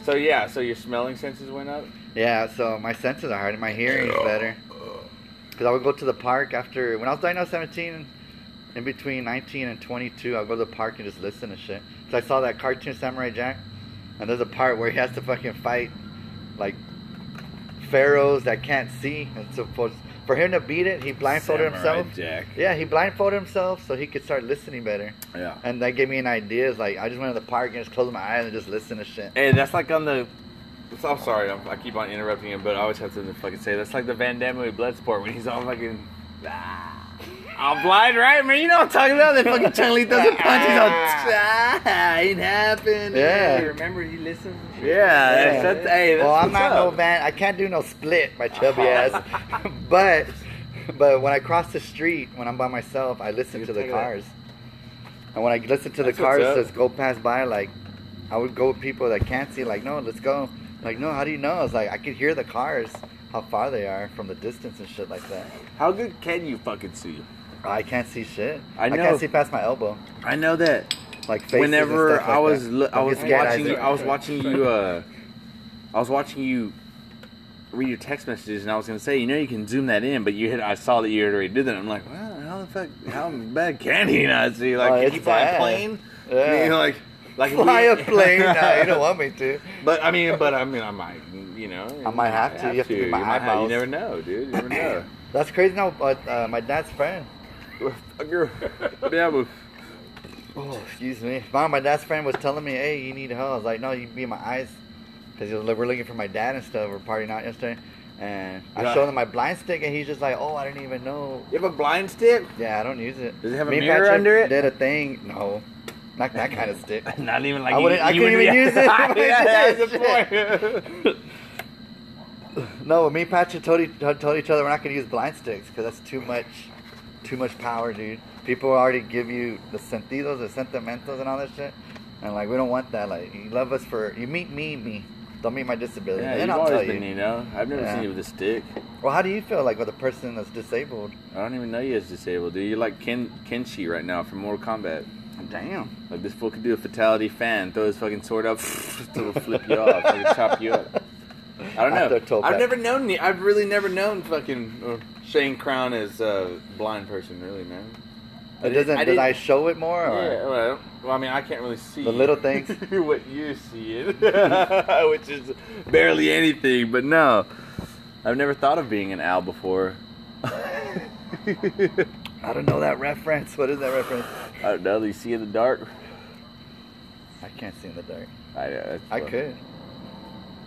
[SPEAKER 2] So yeah, so your smelling senses went up.
[SPEAKER 1] Yeah, so my senses are hard. My hearing's better. Because I would go to the park after, when I was diagnosed 17, in between 19 and 22, I'd go to the park and just listen to shit. So I saw that cartoon Samurai Jack, and there's a part where he has to fucking fight, like, pharaohs that can't see. And so for, for him to beat it, he blindfolded
[SPEAKER 2] Samurai
[SPEAKER 1] himself.
[SPEAKER 2] Jack.
[SPEAKER 1] Yeah, he blindfolded himself so he could start listening better.
[SPEAKER 2] Yeah.
[SPEAKER 1] And that gave me an idea. It's like, I just went to the park and just closed my eyes and just listened to shit.
[SPEAKER 2] Hey, that's like on the.
[SPEAKER 4] So I'm sorry. I'm,
[SPEAKER 2] I keep on interrupting him, but I always have to fucking say that's like the Van Damme movie Bloodsport when he's all fucking. Ah. I'm blind, right, man? You know what I'm talking about? That fucking Chun Li doesn't punch. He's
[SPEAKER 1] <laughs>
[SPEAKER 2] all, ah, it happened.
[SPEAKER 1] Yeah.
[SPEAKER 4] Hey, remember he listened.
[SPEAKER 2] Yeah, that's-
[SPEAKER 1] Yeah.
[SPEAKER 2] that's- hey, that's
[SPEAKER 1] well, I'm
[SPEAKER 2] what's
[SPEAKER 1] not no
[SPEAKER 2] up.
[SPEAKER 1] van. I can't do no split, my chubby ass. <laughs> But, but when I cross the street, when I'm by myself, I listen
[SPEAKER 4] You
[SPEAKER 1] to the
[SPEAKER 4] take it out.
[SPEAKER 1] cars. And when I listen to
[SPEAKER 4] That's
[SPEAKER 1] the
[SPEAKER 4] what's
[SPEAKER 1] cars
[SPEAKER 4] up.
[SPEAKER 1] just go past by, like I would go with people that can't see. Like, no, let's go. Like, no, how do you know? It's like I could hear the cars, how far they are from the distance and shit like that.
[SPEAKER 2] How good can you fucking see?
[SPEAKER 1] I can't see shit.
[SPEAKER 2] I
[SPEAKER 1] I
[SPEAKER 2] know.
[SPEAKER 1] can't see past my elbow.
[SPEAKER 2] I know that.
[SPEAKER 1] Like faces and
[SPEAKER 2] whenever
[SPEAKER 1] stuff
[SPEAKER 2] I
[SPEAKER 1] like
[SPEAKER 2] was
[SPEAKER 1] that.
[SPEAKER 2] lo- I
[SPEAKER 1] Don't
[SPEAKER 2] was
[SPEAKER 1] get scared,
[SPEAKER 2] watching you,
[SPEAKER 1] Isaac.
[SPEAKER 2] I was watching you uh I was watching you read your text messages and I was gonna say you know you can zoom that in but you had I saw that you had already did that I'm like well how the fuck how bad can he not see like
[SPEAKER 1] Oh,
[SPEAKER 2] can
[SPEAKER 1] it's
[SPEAKER 2] you fly a
[SPEAKER 1] bad.
[SPEAKER 2] plane
[SPEAKER 1] Yeah.
[SPEAKER 2] You know, like like
[SPEAKER 1] <laughs>
[SPEAKER 2] <laughs>
[SPEAKER 1] fly
[SPEAKER 2] we-
[SPEAKER 1] a plane. No,
[SPEAKER 2] <laughs>
[SPEAKER 1] you don't want me to.
[SPEAKER 2] but I mean but I mean I might you know
[SPEAKER 1] I might have to. You have to do my
[SPEAKER 2] you, might have, you
[SPEAKER 1] eyeballs.
[SPEAKER 2] never know dude you
[SPEAKER 1] <coughs>
[SPEAKER 2] never know
[SPEAKER 1] That's crazy. Now, but uh, my dad's friend.
[SPEAKER 2] <laughs> Fucker. yeah but
[SPEAKER 1] Oh, excuse me. Mom, my dad's friend was telling me, hey, you need help. I was like, no, you be in my eyes. Because we're looking for my dad and stuff. We're partying out yesterday. And I
[SPEAKER 2] Yeah.
[SPEAKER 1] showed him my blind stick, and he's just like, oh, I didn't even know.
[SPEAKER 2] you have a blind stick
[SPEAKER 1] Yeah, I don't use it.
[SPEAKER 2] Does it have a
[SPEAKER 1] Me and
[SPEAKER 2] mirror
[SPEAKER 1] Patrick
[SPEAKER 2] under it?
[SPEAKER 1] did a thing. No. Not that kind of stick.
[SPEAKER 2] <laughs> not even like
[SPEAKER 1] I wouldn't- I couldn't even
[SPEAKER 2] <laughs>
[SPEAKER 1] use it. <laughs>
[SPEAKER 2] yeah, that's the point.
[SPEAKER 1] No, me and Patrick told, e- told each other we're not going to use blind sticks because that's too much, too much power, dude. People already give you the sentidos, the sentimentos, and all that shit, and like we don't want that. Like you love us for you meet me, me. Don't meet my disability.
[SPEAKER 2] Yeah,
[SPEAKER 1] then
[SPEAKER 2] you've
[SPEAKER 1] I'll tell
[SPEAKER 2] always
[SPEAKER 1] you.
[SPEAKER 2] been, you know. I've never
[SPEAKER 1] Yeah.
[SPEAKER 2] seen you with a stick.
[SPEAKER 1] Well, how do you feel like with a person that's disabled?
[SPEAKER 2] I don't even know you as disabled, dude. You're like Ken Kenshi right now from Mortal Kombat.
[SPEAKER 1] Damn.
[SPEAKER 2] Like this fool could do a fatality fan, throw his fucking sword up, <laughs> it'll flip you off, it'll chop you up. I don't
[SPEAKER 1] After a
[SPEAKER 2] know.
[SPEAKER 1] toe
[SPEAKER 2] I've
[SPEAKER 1] pat.
[SPEAKER 2] never known. the- I've really never known fucking uh, Shane Crown as a blind person, really, man. I
[SPEAKER 1] It
[SPEAKER 2] did-
[SPEAKER 1] doesn't.
[SPEAKER 2] I
[SPEAKER 1] did
[SPEAKER 2] did-
[SPEAKER 1] I show it more? Or?
[SPEAKER 2] Yeah, well, well, I mean, I can't really see
[SPEAKER 1] The little things.
[SPEAKER 2] <laughs> what you see it, <laughs> which is barely anything. But no, I've never thought of being an owl before. I
[SPEAKER 1] I don't know that reference. <laughs> What is that reference?
[SPEAKER 2] don't know. You see in the dark.
[SPEAKER 1] I can't see in the dark.
[SPEAKER 2] I, know, that's
[SPEAKER 1] I
[SPEAKER 2] fun.
[SPEAKER 1] could.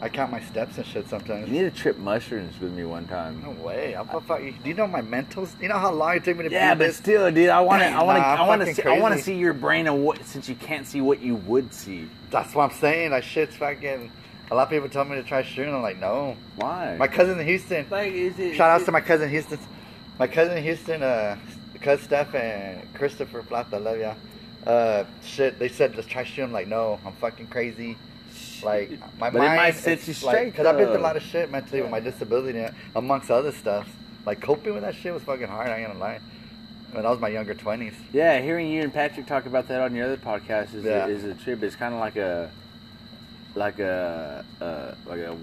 [SPEAKER 1] I count my steps and shit sometimes.
[SPEAKER 2] You need to trip mushrooms with me one time.
[SPEAKER 1] No way. I'll fuck you. Do you know my mentals? You know how long it took me to
[SPEAKER 2] Yeah,
[SPEAKER 1] do
[SPEAKER 2] but
[SPEAKER 1] this?
[SPEAKER 2] still, dude, I want to. I want to.
[SPEAKER 1] Nah,
[SPEAKER 2] I want to.
[SPEAKER 1] fucking
[SPEAKER 2] See, I want to
[SPEAKER 1] crazy.
[SPEAKER 2] see your brain and what since you can't see what you would see.
[SPEAKER 1] That's what I'm saying. That shit's fucking. A lot of people tell me to try shooting. I'm like, no.
[SPEAKER 2] Why?
[SPEAKER 1] My cousin in Houston.
[SPEAKER 4] Like, is it?
[SPEAKER 1] Shout outs to my cousin Houston. My cousin in Houston, uh, cuz Steph and Christopher Plata, love ya. Uh, shit, they said let's try shooting. I'm like, no, I'm fucking crazy. Like my
[SPEAKER 2] But it
[SPEAKER 1] mind,
[SPEAKER 2] might set you straight,
[SPEAKER 1] Because I've been through
[SPEAKER 2] though.
[SPEAKER 1] a lot of shit mentally with my disability, and amongst other stuff. Like coping with that shit was fucking hard. I ain't gonna lie. When I was my younger twenties.
[SPEAKER 2] Yeah, hearing you and Patrick talk about that on your other podcast is,
[SPEAKER 1] Yeah.
[SPEAKER 2] a, is a trip. It's kind of like a, like a, uh, like a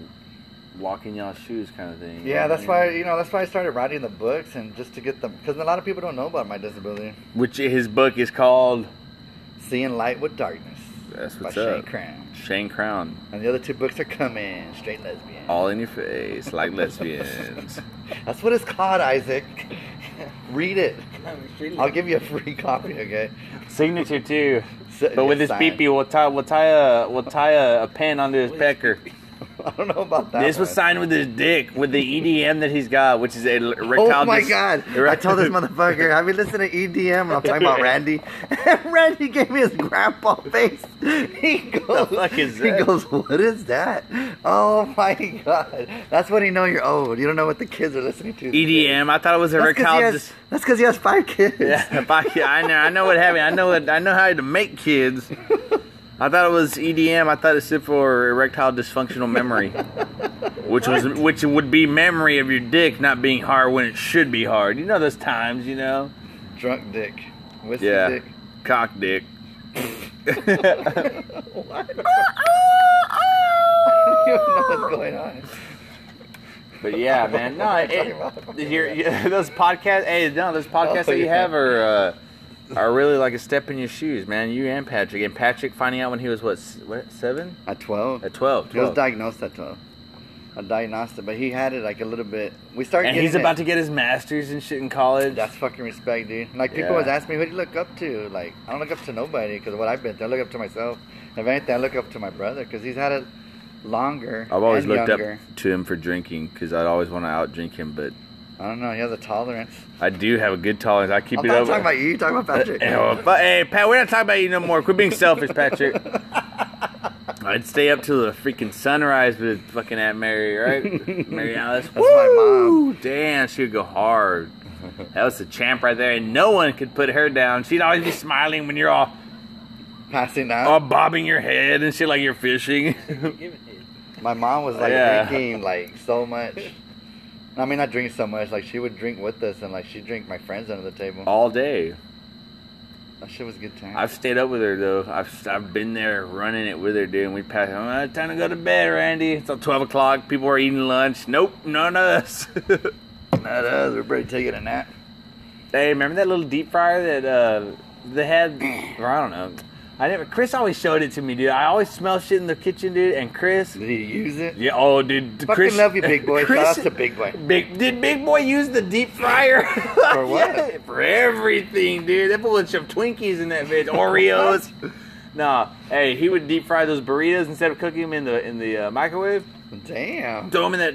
[SPEAKER 2] walk in y'all shoes kind of thing.
[SPEAKER 1] Yeah, that's why you know that's why I started writing the books and just to get them because a lot of people don't know about my disability.
[SPEAKER 2] Which his book is called.
[SPEAKER 1] Seeing Light with Darkness
[SPEAKER 2] That's
[SPEAKER 1] by
[SPEAKER 2] what's
[SPEAKER 1] Shane
[SPEAKER 2] up.
[SPEAKER 1] Crown,
[SPEAKER 2] Shane Crown,
[SPEAKER 1] and the other two books are coming. Straight lesbian.
[SPEAKER 2] all in your face, like lesbians.
[SPEAKER 1] That's what it's called, Isaac. <laughs> Read it. I'll give you a free copy, okay?
[SPEAKER 2] <laughs> Signature too,
[SPEAKER 1] So-
[SPEAKER 2] but with
[SPEAKER 1] yes,
[SPEAKER 2] his
[SPEAKER 1] sign.
[SPEAKER 2] peepee, we'll tie, we'll tie a, we'll tie a, a pen onto his pecker.
[SPEAKER 1] <laughs> I don't know about that.
[SPEAKER 2] This was
[SPEAKER 1] one.
[SPEAKER 2] signed with his dick, with the EDM that he's got, which is a l- erectile.
[SPEAKER 1] Oh my
[SPEAKER 2] dis- <laughs>
[SPEAKER 1] god! I
[SPEAKER 2] erect-
[SPEAKER 1] told this motherfucker, have you listened to EDM? And I'm talking about Randy. <laughs> Randy gave me his grandpa face. <laughs> He goes,
[SPEAKER 2] fuck is
[SPEAKER 1] he
[SPEAKER 2] that?
[SPEAKER 1] goes, what is that? Oh my god! That's when you know you're old. You don't know what the kids are listening to.
[SPEAKER 2] EDM. E I thought it was
[SPEAKER 1] That's because
[SPEAKER 2] erectile.
[SPEAKER 1] he, has-
[SPEAKER 2] dis-
[SPEAKER 1] that's 'cause he has five kids.
[SPEAKER 2] yeah, fuck yeah, I know. I know what happened. I know. What, I know how to make kids. I thought it was EDM. I thought it stood for erectile dysfunctional memory, which was which would be memory of your dick not being hard when it should be hard. You know those times. You know,
[SPEAKER 1] <laughs> Drunk dick. Whiskey
[SPEAKER 2] Yeah.
[SPEAKER 1] dick. <laughs>
[SPEAKER 2] cock dick. <laughs>
[SPEAKER 1] What? I don't even know what's going on.
[SPEAKER 2] But yeah, man. No,
[SPEAKER 1] What
[SPEAKER 2] it,
[SPEAKER 1] are you talking about?
[SPEAKER 2] your, your- those podcasts. Hey, no, those podcasts
[SPEAKER 1] Oh,
[SPEAKER 2] that you
[SPEAKER 1] yeah.
[SPEAKER 2] have are uh, are really like a step in your shoes, man. You and Patrick, and Patrick finding out when he was what, s- what seven
[SPEAKER 1] At 12?
[SPEAKER 2] at 12,
[SPEAKER 1] He was
[SPEAKER 2] 12.
[SPEAKER 1] diagnosed at 12. A diagnostic, but he had it like a little bit. We started
[SPEAKER 2] and
[SPEAKER 1] getting
[SPEAKER 2] he's about
[SPEAKER 1] it.
[SPEAKER 2] to get his master's and shit in college.
[SPEAKER 1] That's fucking respect, dude. Like people
[SPEAKER 2] Yeah.
[SPEAKER 1] always ask me, who do you look up to? Like I don't look up to nobody because what I've been through. I look up to myself. If anything, I look up to my brother because he's had it longer.
[SPEAKER 2] I've always
[SPEAKER 1] and
[SPEAKER 2] looked
[SPEAKER 1] younger.
[SPEAKER 2] up to him for drinking because I'd always want to out drink him, but
[SPEAKER 1] I don't know. He has a tolerance.
[SPEAKER 2] I do have a good tolerance. I keep
[SPEAKER 1] I'm
[SPEAKER 2] it
[SPEAKER 1] not
[SPEAKER 2] up. Uh,
[SPEAKER 1] talking about you. You're talking about Patrick.
[SPEAKER 2] Hey, well, but- hey, Pat, we're not talking about you no more. Quit being selfish, Patrick. I'd stay up till the freaking sunrise with fucking Aunt
[SPEAKER 1] <laughs>
[SPEAKER 2] Mary, right? Mary Alice. That's
[SPEAKER 1] my mom.
[SPEAKER 2] Damn, she would go hard. That was the champ right there, and no one could put her down. She'd always be smiling when you're all,
[SPEAKER 1] Passing out.
[SPEAKER 2] all bobbing your head and shit like you're fishing. <laughs>
[SPEAKER 1] my mom was like
[SPEAKER 2] Yeah.
[SPEAKER 1] drinking like so much. I mean, not drink so much. Like she would drink with us, and like she would drink my friends under the table.
[SPEAKER 2] all day.
[SPEAKER 1] That shit was a good time.
[SPEAKER 2] I've stayed up with her though. I've I've been there running it with her, dude. And we pass. I'm like, time to go to bed, Randy. It's like twelve o'clock. People are eating lunch. Nope, none of us. <laughs>
[SPEAKER 1] Not us. We're ready uh, taking a nap.
[SPEAKER 2] hey, remember that little deep fryer that uh they had? Or I don't know. I never. Chris always showed it to me, dude. I always smell shit in the kitchen, dude. And Chris.
[SPEAKER 1] Did he use it?
[SPEAKER 2] Yeah. Oh, dude.
[SPEAKER 1] Fucking
[SPEAKER 2] Chris,
[SPEAKER 1] love you, big boy.
[SPEAKER 2] <laughs> Chris,
[SPEAKER 1] Shout out to big boy.
[SPEAKER 2] Big did Big Boy use the deep fryer
[SPEAKER 1] For what?
[SPEAKER 2] <laughs> Yeah, for everything, dude. That bunch of Twinkies in that bitch, Oreos. nah, hey, he would deep fry those burritos instead of cooking them in the in the uh, microwave.
[SPEAKER 1] Damn.
[SPEAKER 2] Throw them in that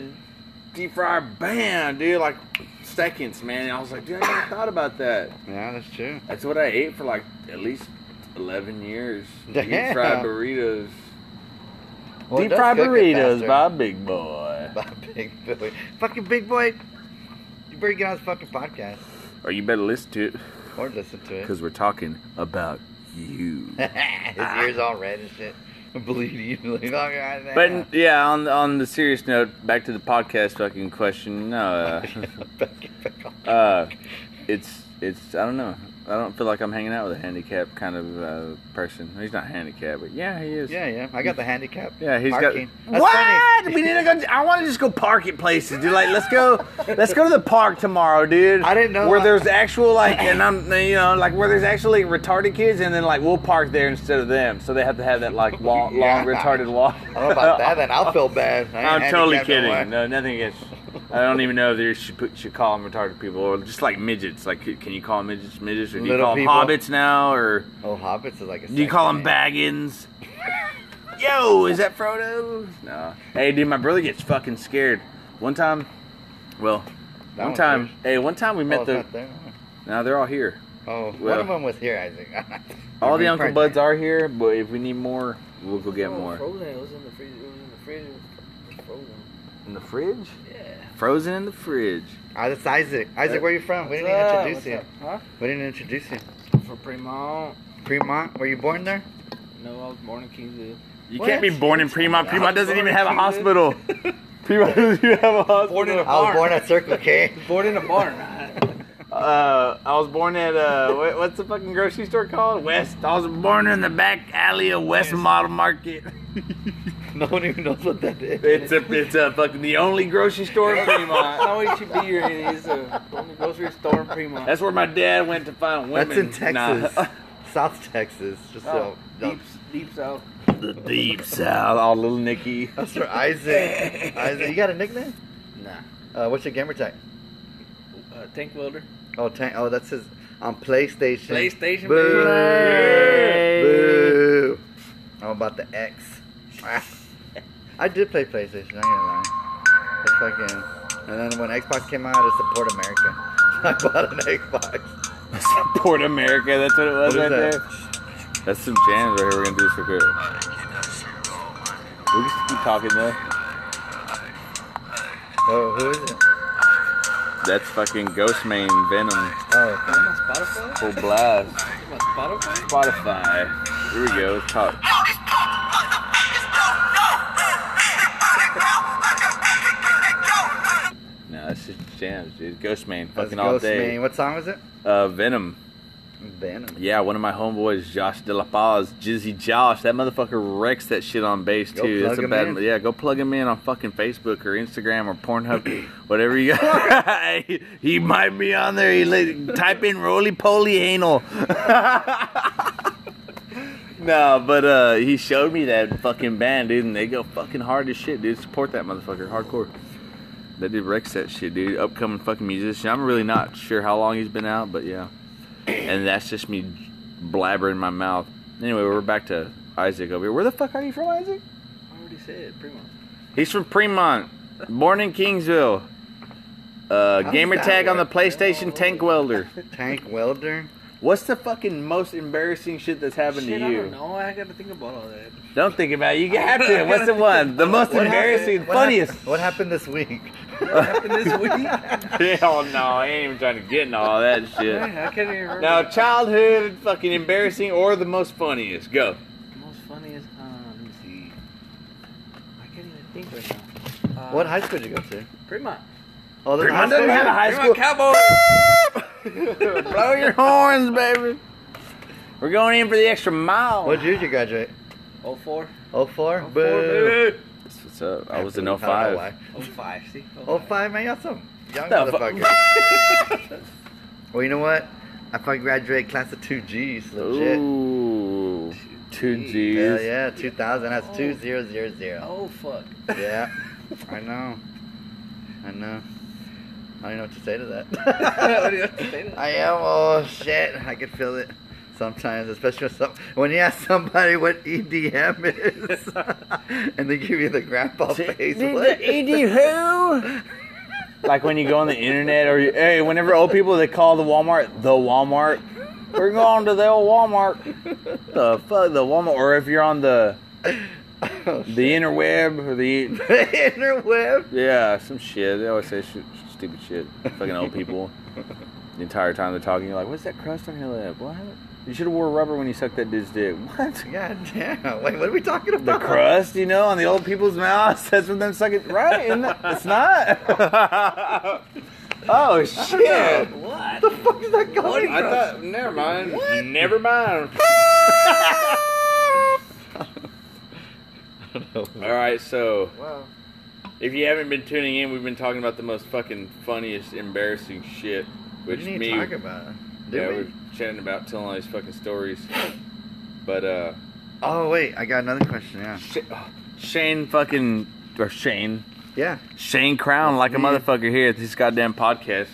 [SPEAKER 2] deep fryer, bam, dude, like seconds, man. And I was like, dude, I never thought about that.
[SPEAKER 1] Yeah, that's true.
[SPEAKER 2] That's what I ate for like at least eleven years. Deep
[SPEAKER 1] Damn.
[SPEAKER 2] fried burritos.
[SPEAKER 1] Well, it
[SPEAKER 2] deep
[SPEAKER 1] does
[SPEAKER 2] fried
[SPEAKER 1] cook it
[SPEAKER 2] burritos
[SPEAKER 1] faster.
[SPEAKER 2] by Big Boy.
[SPEAKER 1] <laughs> By Big Boy. Fucking Big Boy. You better get on this fucking podcast
[SPEAKER 2] Or you better listen to it
[SPEAKER 1] or listen to it. <laughs>
[SPEAKER 2] because we're talking about you.
[SPEAKER 1] His ears all red and shit. Bleeding. <laughs> Like, oh, God, <laughs>
[SPEAKER 2] But yeah, on on the serious note, back to the podcast fucking question. No, uh, uh, it's it's I don't know. I don't feel like I'm hanging out with a handicapped kind of uh, person. He's not handicapped, but yeah, he is.
[SPEAKER 1] yeah, yeah. I got the handicap.
[SPEAKER 2] Yeah, he's
[SPEAKER 1] parking.
[SPEAKER 2] got
[SPEAKER 1] That's
[SPEAKER 2] what?
[SPEAKER 1] funny.
[SPEAKER 2] We need
[SPEAKER 1] <laughs>
[SPEAKER 2] to go. I want to just go park at places, dude. Like, let's go, let's go to the park tomorrow, dude.
[SPEAKER 1] I didn't know
[SPEAKER 2] where
[SPEAKER 1] I-
[SPEAKER 2] there's actual like, and I'm, you know, like where there's actually retarded kids, and then like we'll park there instead of them, so they have to have that like
[SPEAKER 1] <laughs>
[SPEAKER 2] long,
[SPEAKER 1] Yeah.
[SPEAKER 2] long retarded walk.
[SPEAKER 1] I don't know about
[SPEAKER 2] <laughs>
[SPEAKER 1] that. Then I'll feel bad. I ain't
[SPEAKER 2] I'm totally
[SPEAKER 1] handicapped no
[SPEAKER 2] kidding.
[SPEAKER 1] more.
[SPEAKER 2] No, nothing against. I don't even know if you should put, should call them retarded people or just like midgets. Like, can you call them midgets? Midgets or do you
[SPEAKER 1] Little
[SPEAKER 2] call them
[SPEAKER 1] people.
[SPEAKER 2] hobbits now or
[SPEAKER 1] Oh, hobbits is like a.
[SPEAKER 2] do you call them
[SPEAKER 1] back? <laughs>
[SPEAKER 2] baggins? Yo, is that Frodo? No. Hey, dude, my brother gets fucking scared. One time, well,
[SPEAKER 1] That
[SPEAKER 2] one
[SPEAKER 1] one's
[SPEAKER 2] time,
[SPEAKER 1] yours.
[SPEAKER 2] hey, one time we met
[SPEAKER 1] Oh, it's
[SPEAKER 2] the.
[SPEAKER 1] not there.
[SPEAKER 2] Now they're all here.
[SPEAKER 1] Oh, one
[SPEAKER 2] Well.
[SPEAKER 1] of them was here, I think.
[SPEAKER 2] All the
[SPEAKER 1] We
[SPEAKER 2] Uncle
[SPEAKER 1] parked
[SPEAKER 2] Buds
[SPEAKER 1] there.
[SPEAKER 2] are here, but if we need more, we'll go get
[SPEAKER 4] Oh,
[SPEAKER 2] more.
[SPEAKER 4] Frozen. It was in the fridge. It was in the fridge. It was frozen.
[SPEAKER 2] In the fridge?
[SPEAKER 4] Yeah.
[SPEAKER 2] Frozen in the fridge.
[SPEAKER 1] Ah, that's <laughs> Isaac. Isaac, where you from? We didn't even
[SPEAKER 2] Uh,
[SPEAKER 4] What's up?
[SPEAKER 1] introduce you.
[SPEAKER 4] What's up?
[SPEAKER 1] We didn't introduce you.
[SPEAKER 4] Huh? For Premont.
[SPEAKER 1] Fremont, were you born there?
[SPEAKER 4] No, I was born in Kingsville.
[SPEAKER 2] You
[SPEAKER 1] What?
[SPEAKER 2] can't be born in Fremont. Fremont doesn't even have a hospital. <laughs> Fremont doesn't even have a hospital.
[SPEAKER 4] Born in a
[SPEAKER 1] <laughs> I was
[SPEAKER 4] barn.
[SPEAKER 1] born at Circle K. <laughs>
[SPEAKER 4] Born in a barn.
[SPEAKER 2] Uh, I was born at uh, what- what's the fucking grocery store called? West. I was born in the back alley of West Model Market.
[SPEAKER 1] no one even knows what that is.
[SPEAKER 2] It's a it's a fucking the only grocery store in
[SPEAKER 4] Fremont.
[SPEAKER 2] Fremont.
[SPEAKER 4] Not where you should be. You're in. It's a only grocery store in
[SPEAKER 2] <laughs>
[SPEAKER 4] Fremont.
[SPEAKER 2] That's where my dad went to find
[SPEAKER 1] That's
[SPEAKER 2] women.
[SPEAKER 1] in Texas.
[SPEAKER 4] <laughs>
[SPEAKER 2] Nah.
[SPEAKER 1] South Texas. Just
[SPEAKER 4] oh,
[SPEAKER 1] so.
[SPEAKER 4] deep, deep south.
[SPEAKER 2] <laughs> the deep south. All little <laughs> Nicky.
[SPEAKER 1] That's for
[SPEAKER 4] <laughs>
[SPEAKER 1] Isaac. Isaac, you got a nickname?
[SPEAKER 4] Nah.
[SPEAKER 1] Uh, what's your gamer tag?
[SPEAKER 4] Uh, tank welder.
[SPEAKER 1] Oh, tank. Oh, that's his. On PlayStation.
[SPEAKER 4] PlayStation,
[SPEAKER 1] Boo.
[SPEAKER 4] baby.
[SPEAKER 1] Boo. I'm about the X. <laughs> I did play PlayStation. I ain't gonna lie. It's fucking. And then when Xbox came out, it's support America. <laughs> So I bought an Xbox.
[SPEAKER 2] Support America. That's what it was
[SPEAKER 1] What is that?
[SPEAKER 2] right there. That's some jams right here. We're gonna do this real quick. We just keep talking though.
[SPEAKER 1] Oh, who is it?
[SPEAKER 2] That's fucking Ghost Main Venom
[SPEAKER 1] Oh,
[SPEAKER 4] Am I on Spotify?
[SPEAKER 2] full blast.
[SPEAKER 4] Am I on Spotify?
[SPEAKER 2] Spotify. Here we go. Let's talk. No, this is jams, dude. Ghost Main,
[SPEAKER 1] that's
[SPEAKER 2] fucking all
[SPEAKER 1] Ghost
[SPEAKER 2] day.
[SPEAKER 1] Man. What song was it?
[SPEAKER 2] Uh, Venom.
[SPEAKER 1] Venom.
[SPEAKER 2] Yeah, one of my homeboys, Josh De La Paz, Jizzy Josh. That motherfucker wrecks that shit on bass
[SPEAKER 1] Go
[SPEAKER 2] too. That's
[SPEAKER 1] plug
[SPEAKER 2] a
[SPEAKER 1] him
[SPEAKER 2] bad.
[SPEAKER 1] in.
[SPEAKER 2] Yeah, go plug him in on fucking Facebook or Instagram
[SPEAKER 1] <clears throat>
[SPEAKER 2] or Pornhub, whatever you got. <laughs> he, he might be on there. He li- type in roly poly anal. <laughs> no, but uh, he showed me that fucking band, dude, and they go fucking hard as shit, dude. Support that motherfucker, hardcore. That dude wrecks that shit, dude. Upcoming fucking musician. I'm really not sure how long he's been out, but yeah. And that's just me blabbering my mouth. Anyway, we're back to Isaac over here. Where the fuck are you from, Isaac?
[SPEAKER 4] I already said it, pretty much.
[SPEAKER 2] He's from Fremont, born in Kingsville. Uh,
[SPEAKER 1] does
[SPEAKER 2] gamer
[SPEAKER 1] that
[SPEAKER 2] tag on the
[SPEAKER 1] work?
[SPEAKER 2] PlayStation Tank Welder.
[SPEAKER 1] Tank Welder.
[SPEAKER 2] What's the fucking most embarrassing shit that's happened
[SPEAKER 4] Shit,
[SPEAKER 2] to
[SPEAKER 4] I
[SPEAKER 2] you?
[SPEAKER 4] don't know. I gotta think about all that.
[SPEAKER 2] Don't think about it. You have to. What's the one? The most
[SPEAKER 1] What
[SPEAKER 2] embarrassing,
[SPEAKER 1] happened- what
[SPEAKER 2] funniest.
[SPEAKER 1] hap- What happened this week?
[SPEAKER 4] What happened this
[SPEAKER 2] <laughs>
[SPEAKER 4] week?
[SPEAKER 2] Hell no, I ain't even trying to get into all that shit.
[SPEAKER 4] I can't even remember.
[SPEAKER 2] Now, childhood, fucking embarrassing, or the most funniest? Go.
[SPEAKER 4] Most funny is, uh, let me see. I can't even think right now. Uh,
[SPEAKER 1] What high school did you go to?
[SPEAKER 4] Fremont.
[SPEAKER 1] Oh, there's a
[SPEAKER 2] Fremont doesn't have a high school.
[SPEAKER 4] Fremont
[SPEAKER 2] <laughs>
[SPEAKER 4] Cowboys.
[SPEAKER 2] Blow your horns, baby. We're going in for the extra mile.
[SPEAKER 1] What year did you graduate?
[SPEAKER 4] 04,
[SPEAKER 1] 04?
[SPEAKER 4] 04,
[SPEAKER 1] Boo.
[SPEAKER 4] baby.
[SPEAKER 2] That's what's up. I was in
[SPEAKER 1] Absolutely, I don't know
[SPEAKER 2] 05.
[SPEAKER 1] why.
[SPEAKER 4] 05, Oh, see?
[SPEAKER 1] 05, man, y'all some young
[SPEAKER 2] The fu-
[SPEAKER 1] motherfucker.
[SPEAKER 2] <laughs>
[SPEAKER 1] well, you know what? I fucking graduated class of 2Gs, legit.
[SPEAKER 2] Ooh. Two G's.
[SPEAKER 1] Hell yeah, 2000, that's
[SPEAKER 4] Oh.
[SPEAKER 1] 2000.
[SPEAKER 4] Oh, fuck.
[SPEAKER 1] Yeah, I know. I know. I don't know what to say to that. <laughs> I am, oh shit, I can feel it sometimes, especially with some, when you ask somebody what EDM is, <laughs> and they give you the grandpa face. what?
[SPEAKER 2] E like when you go on the internet or you, hey, whenever old people they call the Walmart the Walmart. We're going to the old Walmart. The fuck the Walmart or if you're on the
[SPEAKER 1] Oh,
[SPEAKER 2] the interweb or the
[SPEAKER 1] the <laughs> interweb.
[SPEAKER 2] yeah, some shit. They always say shit, stupid shit. Fucking old people. The entire time they're talking, you're like, "What's that crust on your lip? What? You should have wore rubber when you sucked that dude's dick. <laughs> What?
[SPEAKER 1] God damn. Wait, what are we talking
[SPEAKER 2] The
[SPEAKER 1] about?
[SPEAKER 2] crust, you know, on the old people's mouths. <laughs> That's what them sucking. Right? Isn't it? It's not. <laughs> oh shit!
[SPEAKER 4] What?
[SPEAKER 1] The fuck is that going
[SPEAKER 2] I
[SPEAKER 1] from?
[SPEAKER 2] thought. Never mind. Never <laughs> mind. All right, so
[SPEAKER 4] Wow.
[SPEAKER 2] if you haven't been tuning in, we've been talking about the most fucking funniest, embarrassing shit,
[SPEAKER 1] What
[SPEAKER 2] which
[SPEAKER 1] do you need
[SPEAKER 2] me,
[SPEAKER 1] to talk about? Do
[SPEAKER 2] yeah,
[SPEAKER 1] we?
[SPEAKER 2] we're chatting about telling all these fucking <gasps> stories. But uh,
[SPEAKER 1] Oh, wait, I got another question, yeah.
[SPEAKER 2] Sh- oh, Shane fucking or Shane
[SPEAKER 1] Yeah.
[SPEAKER 2] Shane Crown like a
[SPEAKER 1] Yeah.
[SPEAKER 2] motherfucker here at this goddamn podcast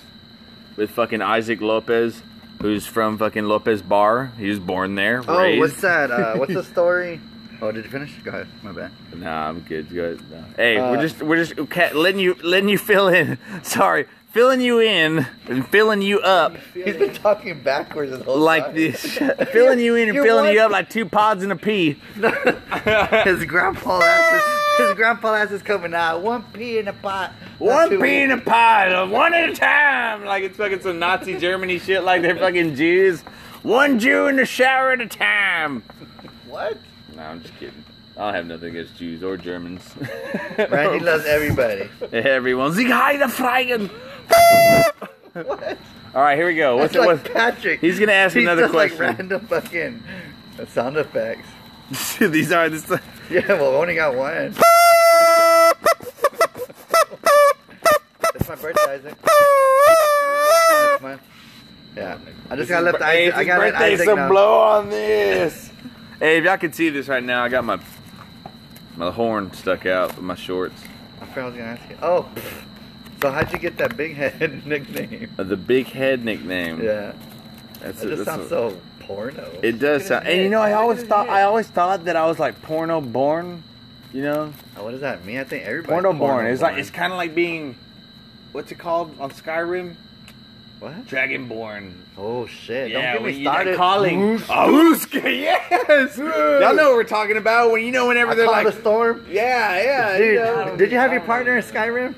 [SPEAKER 2] with fucking Isaac Lopez, who's from fucking Lopez Bar. He was born there.
[SPEAKER 1] Oh,
[SPEAKER 2] raised.
[SPEAKER 1] what's that? Uh, what's
[SPEAKER 2] <laughs>
[SPEAKER 1] the story? Oh, did you finish? Go ahead. My bad.
[SPEAKER 2] Nah, I'm good. Good. No. Hey, we're
[SPEAKER 1] Uh,
[SPEAKER 2] just we're just okay, letting you letting you fill in. <laughs> Sorry, filling you in and filling you up
[SPEAKER 1] He's been talking backwards this whole
[SPEAKER 2] like
[SPEAKER 1] time.
[SPEAKER 2] this, <laughs> filling you in and
[SPEAKER 1] You're
[SPEAKER 2] filling
[SPEAKER 1] one-
[SPEAKER 2] you up like two pods in
[SPEAKER 1] <laughs>
[SPEAKER 2] a pea. <laughs>
[SPEAKER 1] His grandpa ass is, his grandpa ass is coming out. One pea in a pot.
[SPEAKER 2] One
[SPEAKER 1] Two-
[SPEAKER 2] pea in a pod, uh, one at a time. Like it's fucking some Nazi Germany shit. Like they're fucking Jews. One Jew in the shower at a time.
[SPEAKER 1] What?
[SPEAKER 2] No, I'm just kidding. I don't have nothing against Jews or Germans. <laughs>
[SPEAKER 1] Randy loves <laughs> everybody.
[SPEAKER 2] Everyone, Sieg Heide Freigen.
[SPEAKER 1] What?
[SPEAKER 2] All right, here we go. What's
[SPEAKER 1] That's like
[SPEAKER 2] it?
[SPEAKER 1] Patrick.
[SPEAKER 2] He's gonna ask
[SPEAKER 1] He's
[SPEAKER 2] another
[SPEAKER 1] just
[SPEAKER 2] question.
[SPEAKER 1] like random fucking uh, sound effects. <laughs>
[SPEAKER 2] What's, <laughs> these are this.
[SPEAKER 1] Yeah, well, I only got
[SPEAKER 2] <laughs>
[SPEAKER 1] one. it's my birthday, Isaac.
[SPEAKER 2] <laughs>
[SPEAKER 1] Next month. Yeah. I just got left Isaac.
[SPEAKER 2] Hey, it's
[SPEAKER 1] I
[SPEAKER 2] his
[SPEAKER 1] got let
[SPEAKER 2] birthday,
[SPEAKER 1] Isaac
[SPEAKER 2] so
[SPEAKER 1] know.
[SPEAKER 2] blow on this. <laughs> hey, if y'all can see this right now, I got my my horn stuck out with my shorts.
[SPEAKER 1] I forgot I was gonna ask you. Oh, pff. so how'd you get that big head <laughs>
[SPEAKER 2] <laughs>
[SPEAKER 1] nickname?
[SPEAKER 2] Uh, The big head nickname.
[SPEAKER 1] Yeah,
[SPEAKER 2] that's
[SPEAKER 1] that
[SPEAKER 2] a-
[SPEAKER 1] just
[SPEAKER 2] that's
[SPEAKER 1] sounds
[SPEAKER 2] a-
[SPEAKER 1] so porno.
[SPEAKER 2] It does
[SPEAKER 4] Look at
[SPEAKER 2] sound,
[SPEAKER 4] his
[SPEAKER 2] and you
[SPEAKER 4] head.
[SPEAKER 2] know, I
[SPEAKER 4] Look at
[SPEAKER 2] always
[SPEAKER 4] his
[SPEAKER 2] thought
[SPEAKER 4] head.
[SPEAKER 2] I always thought that I was like porno born, You know,
[SPEAKER 1] Oh, what does that mean? I think everybody.
[SPEAKER 2] porno born. It's like it's kind of like being, what's it called on Skyrim?
[SPEAKER 1] what?
[SPEAKER 2] Dragonborn.
[SPEAKER 1] Oh shit!
[SPEAKER 2] Yeah,
[SPEAKER 1] Don't
[SPEAKER 2] when
[SPEAKER 1] get me
[SPEAKER 2] you that
[SPEAKER 1] started.
[SPEAKER 2] calling.
[SPEAKER 1] Oosh.
[SPEAKER 2] Auska, <laughs> yes. Y'all know what we're talking about when you know whenever
[SPEAKER 1] I
[SPEAKER 2] they're
[SPEAKER 1] call
[SPEAKER 2] like,
[SPEAKER 1] the storm.
[SPEAKER 2] yeah, yeah.
[SPEAKER 1] Dude,
[SPEAKER 2] you know.
[SPEAKER 4] don't
[SPEAKER 1] did you have your
[SPEAKER 4] know.
[SPEAKER 1] partner in Skyrim?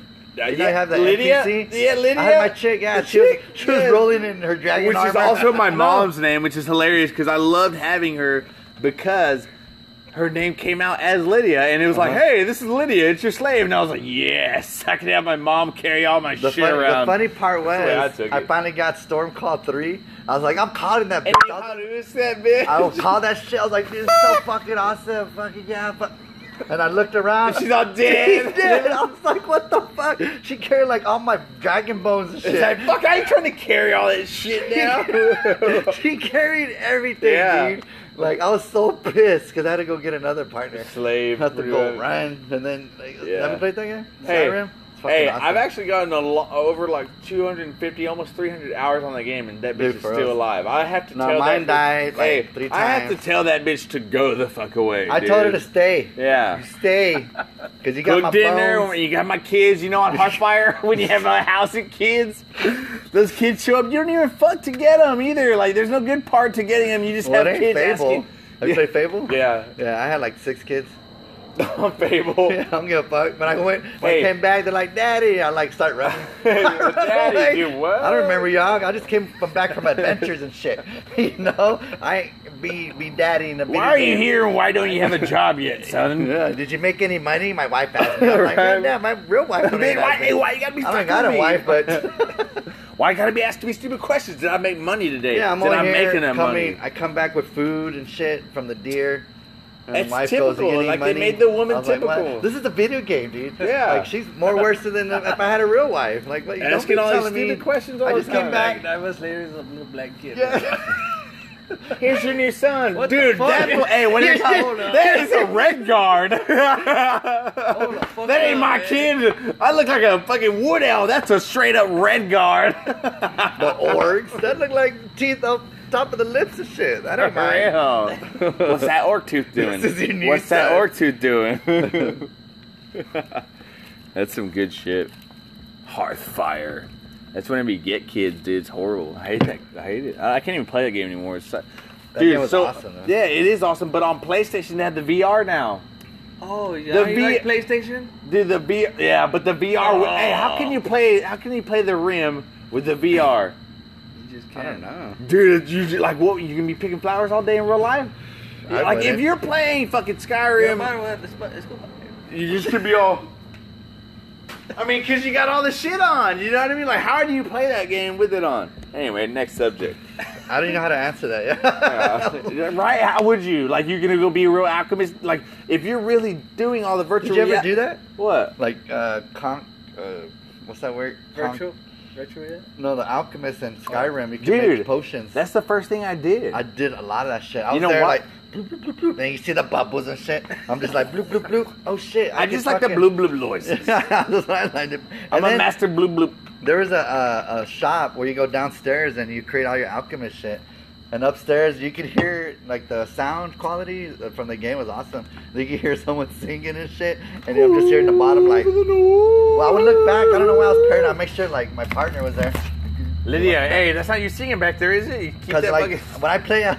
[SPEAKER 2] Uh,
[SPEAKER 1] Did
[SPEAKER 2] yeah,
[SPEAKER 1] I have that
[SPEAKER 2] Lydia?
[SPEAKER 1] NPC?
[SPEAKER 2] Yeah, Lydia.
[SPEAKER 1] I had my chick. Yeah,
[SPEAKER 2] The
[SPEAKER 1] she was,
[SPEAKER 2] chick?
[SPEAKER 1] she was
[SPEAKER 2] Yeah.
[SPEAKER 1] rolling in her dragon
[SPEAKER 2] which is
[SPEAKER 1] armor.
[SPEAKER 2] also
[SPEAKER 1] <laughs>
[SPEAKER 2] my
[SPEAKER 1] No.
[SPEAKER 2] mom's name, which is hilarious because I loved having her because her name came out as Lydia, and it was like,
[SPEAKER 1] Uh-huh.
[SPEAKER 2] "Hey, this is Lydia, it's your slave," and I was like, "Yes, I could have my mom carry all my
[SPEAKER 1] The
[SPEAKER 2] shit
[SPEAKER 1] funny, the
[SPEAKER 2] around."
[SPEAKER 1] funny part
[SPEAKER 2] That's the way I
[SPEAKER 1] was,
[SPEAKER 2] took
[SPEAKER 1] I,
[SPEAKER 2] it.
[SPEAKER 1] finally got Storm Call 3. I was like, I'm calling that
[SPEAKER 2] and
[SPEAKER 1] bitch.
[SPEAKER 2] you
[SPEAKER 1] I was-
[SPEAKER 2] introduced that bitch.
[SPEAKER 1] I will call that shit. I was like, this is so fucking awesome. Fucking yeah. But... And I looked around.
[SPEAKER 2] <laughs> She's all dead.
[SPEAKER 1] <laughs> She did. I was like, what the fuck? She carried like all my dragon bones and
[SPEAKER 2] <laughs> It's
[SPEAKER 1] shit.
[SPEAKER 2] like, fuck, I ain't trying to carry all that shit
[SPEAKER 1] <laughs>
[SPEAKER 2] now. <laughs>
[SPEAKER 1] she carried everything,
[SPEAKER 2] Yeah.
[SPEAKER 1] dude. Like I was so pissed because I had to go get another partner.
[SPEAKER 2] slave.
[SPEAKER 1] Not the gold
[SPEAKER 2] Yeah.
[SPEAKER 1] run, and then like,
[SPEAKER 2] Yeah.
[SPEAKER 1] ever played that game?
[SPEAKER 2] Hey.
[SPEAKER 1] Skyrim? It's fucking
[SPEAKER 2] Hey,
[SPEAKER 1] awesome.
[SPEAKER 2] I've actually gotten a lo- over like 250, almost 300 hours on the game, and that bitch
[SPEAKER 1] Dude,
[SPEAKER 2] is
[SPEAKER 1] for
[SPEAKER 2] still
[SPEAKER 1] us.
[SPEAKER 2] alive. I have to
[SPEAKER 1] No,
[SPEAKER 2] tell
[SPEAKER 1] mine
[SPEAKER 2] that
[SPEAKER 1] died,
[SPEAKER 2] bitch,
[SPEAKER 1] like,
[SPEAKER 2] hey,
[SPEAKER 1] three
[SPEAKER 2] I have to
[SPEAKER 1] times.
[SPEAKER 2] tell that bitch to go the fuck away.
[SPEAKER 1] I told her to
[SPEAKER 2] dude.
[SPEAKER 1] stay.
[SPEAKER 2] Yeah.
[SPEAKER 1] You stay, because you got my
[SPEAKER 2] Cook dinner
[SPEAKER 1] bones.
[SPEAKER 2] when you got my kids. You know,
[SPEAKER 1] <laughs>
[SPEAKER 2] on Hushfire when you have a house and kids, those kids show up. You don't even fuck to get them either. Like, there's no good part to getting them. You just
[SPEAKER 1] Well,
[SPEAKER 2] have
[SPEAKER 1] it ain't
[SPEAKER 2] kids
[SPEAKER 1] Fable.
[SPEAKER 2] asking.
[SPEAKER 1] Have you played Fable?
[SPEAKER 2] <laughs> Yeah,
[SPEAKER 1] Yeah, I had like six kids.
[SPEAKER 2] Fable.
[SPEAKER 1] <laughs> I don't give a fuck. But I went, when
[SPEAKER 2] Hey.
[SPEAKER 1] I came back, they're like, Daddy. I like start
[SPEAKER 2] <laughs>
[SPEAKER 1] running. <laughs> I run
[SPEAKER 2] Daddy,
[SPEAKER 1] away.
[SPEAKER 2] you what?
[SPEAKER 1] I don't remember y'all. I just came from back from adventures and shit. <laughs> you know, I ain't be be daddy in the.
[SPEAKER 2] Why are you here? and Why don't you have a job yet, son?
[SPEAKER 1] <laughs>
[SPEAKER 2] <laughs>
[SPEAKER 1] Yeah, did you make any money? My wife asked me. I'm like,
[SPEAKER 2] Right.
[SPEAKER 1] yeah, yeah, my real
[SPEAKER 2] <laughs>
[SPEAKER 1] wife.
[SPEAKER 2] I
[SPEAKER 1] don't
[SPEAKER 2] mean,
[SPEAKER 1] even
[SPEAKER 2] why,
[SPEAKER 1] ask me.
[SPEAKER 2] hey, why you gotta be?
[SPEAKER 1] <laughs> I don't
[SPEAKER 2] fucking
[SPEAKER 1] got a
[SPEAKER 2] me?
[SPEAKER 1] wife,
[SPEAKER 2] <laughs>
[SPEAKER 1] but
[SPEAKER 2] why you gotta be asking me stupid questions? Did I make money today?
[SPEAKER 1] yeah, I'm
[SPEAKER 2] Did
[SPEAKER 1] over
[SPEAKER 2] I
[SPEAKER 1] here
[SPEAKER 2] making that
[SPEAKER 1] coming.
[SPEAKER 2] money?
[SPEAKER 1] I come back with food and shit from the deer. And
[SPEAKER 2] It's
[SPEAKER 1] the wife Goes,
[SPEAKER 2] typical,
[SPEAKER 1] "You get any
[SPEAKER 2] like they
[SPEAKER 1] money?"
[SPEAKER 2] made the woman
[SPEAKER 1] I was like, what?
[SPEAKER 2] typical.
[SPEAKER 1] this is a video game, dude.
[SPEAKER 2] Yeah.
[SPEAKER 1] like she's more worse than if I had a real wife. Like, what, you don't
[SPEAKER 2] Asking
[SPEAKER 1] be
[SPEAKER 2] all these
[SPEAKER 1] telling me.
[SPEAKER 2] stupid questions all
[SPEAKER 1] I
[SPEAKER 2] the
[SPEAKER 1] just came
[SPEAKER 2] time.
[SPEAKER 1] back.
[SPEAKER 4] I was later a little black kid.
[SPEAKER 1] Yeah.
[SPEAKER 2] Here's your new son,
[SPEAKER 4] What
[SPEAKER 2] dude.
[SPEAKER 4] the fuck?
[SPEAKER 2] That boy,
[SPEAKER 1] <laughs>
[SPEAKER 2] hey, what is
[SPEAKER 4] Here's your-
[SPEAKER 2] that? Is a red guard. <laughs> that
[SPEAKER 4] Hold the fuck
[SPEAKER 2] ain't
[SPEAKER 4] up,
[SPEAKER 2] my
[SPEAKER 4] man.
[SPEAKER 2] kid. I look like a fucking wood owl. That's a straight up red guard. <laughs>
[SPEAKER 1] the orcs that look like teeth up top of the lips and shit. I <laughs>
[SPEAKER 2] <laughs>
[SPEAKER 1] don't mind.
[SPEAKER 2] Real. What's that orc tooth doing?
[SPEAKER 1] This is your new
[SPEAKER 2] What's that
[SPEAKER 1] son.
[SPEAKER 2] orc
[SPEAKER 1] <laughs>
[SPEAKER 2] tooth doing? <laughs> That's some good shit. Hearth fire. That's whenever you get kids, dude. It's horrible. I hate that. I hate it. I I can't even play that game anymore. It's so-
[SPEAKER 1] That
[SPEAKER 2] dude,
[SPEAKER 1] game was
[SPEAKER 2] so
[SPEAKER 1] awesome, though.
[SPEAKER 2] yeah, it is awesome. But on PlayStation, they have the VR now.
[SPEAKER 4] Oh, yeah.
[SPEAKER 2] The
[SPEAKER 4] you
[SPEAKER 2] V-
[SPEAKER 4] like PlayStation?
[SPEAKER 2] Dude, the V. Yeah, but the VR.
[SPEAKER 4] Oh.
[SPEAKER 2] Hey, how can you play? How can you play the Rim with the VR?
[SPEAKER 4] You just
[SPEAKER 1] I
[SPEAKER 4] can't.
[SPEAKER 1] don't know.
[SPEAKER 2] Dude, you ju- like what? You gonna be picking flowers all day in real life?
[SPEAKER 1] I
[SPEAKER 2] like if
[SPEAKER 1] wouldn't.
[SPEAKER 2] you're playing fucking
[SPEAKER 4] Yeah,
[SPEAKER 2] Skyrim,
[SPEAKER 4] might as well have the spot- let's go.
[SPEAKER 2] you just could be all. I mean, cause you got all the shit on. You know what I mean? Like, how do you play that game with it on? Anyway, next subject.
[SPEAKER 1] I don't even know how to answer that. Yeah.
[SPEAKER 2] <laughs> right? How would you? Like, you're gonna go be a real alchemist? Like, if you're really doing all the
[SPEAKER 1] <laughs>
[SPEAKER 2] virtual,
[SPEAKER 1] Did you ever do
[SPEAKER 2] rea-
[SPEAKER 1] that?
[SPEAKER 2] what?
[SPEAKER 1] Like uh, con. Uh, what's that word? Con-
[SPEAKER 4] Retro? Retro, yeah?
[SPEAKER 1] No, the alchemist in Skyrim. You can
[SPEAKER 2] Dude,
[SPEAKER 1] make potions.
[SPEAKER 2] That's the first thing I did.
[SPEAKER 1] I did a lot of that shit. I
[SPEAKER 2] You
[SPEAKER 1] was
[SPEAKER 2] know
[SPEAKER 1] there
[SPEAKER 2] what?
[SPEAKER 1] like. Bloop, bloop, bloop, bloop. And you see the bubbles and shit. I'm just like bloop bloop bloop. Oh shit!
[SPEAKER 2] I, just like the
[SPEAKER 1] fucking-
[SPEAKER 2] blue blue <laughs>
[SPEAKER 1] <laughs>
[SPEAKER 2] noises.
[SPEAKER 1] I was like- like the-
[SPEAKER 2] I'm
[SPEAKER 1] and
[SPEAKER 2] a
[SPEAKER 1] then
[SPEAKER 2] master blue blue.
[SPEAKER 1] There was a, a a shop where you go downstairs and you create all your alchemist shit, and upstairs you could hear like the sound quality from the game was awesome. You could hear someone singing and shit, and I'm just hearing the bottom
[SPEAKER 2] <laughs>
[SPEAKER 1] like. Well, I would look back. I don't know why I was paranoid. I make sure like my partner was there.
[SPEAKER 2] Lydia, hey, that's not you singing back there, is it? You keep
[SPEAKER 1] Cause
[SPEAKER 2] that
[SPEAKER 1] like
[SPEAKER 2] fucking-
[SPEAKER 1] when I play, <laughs> I,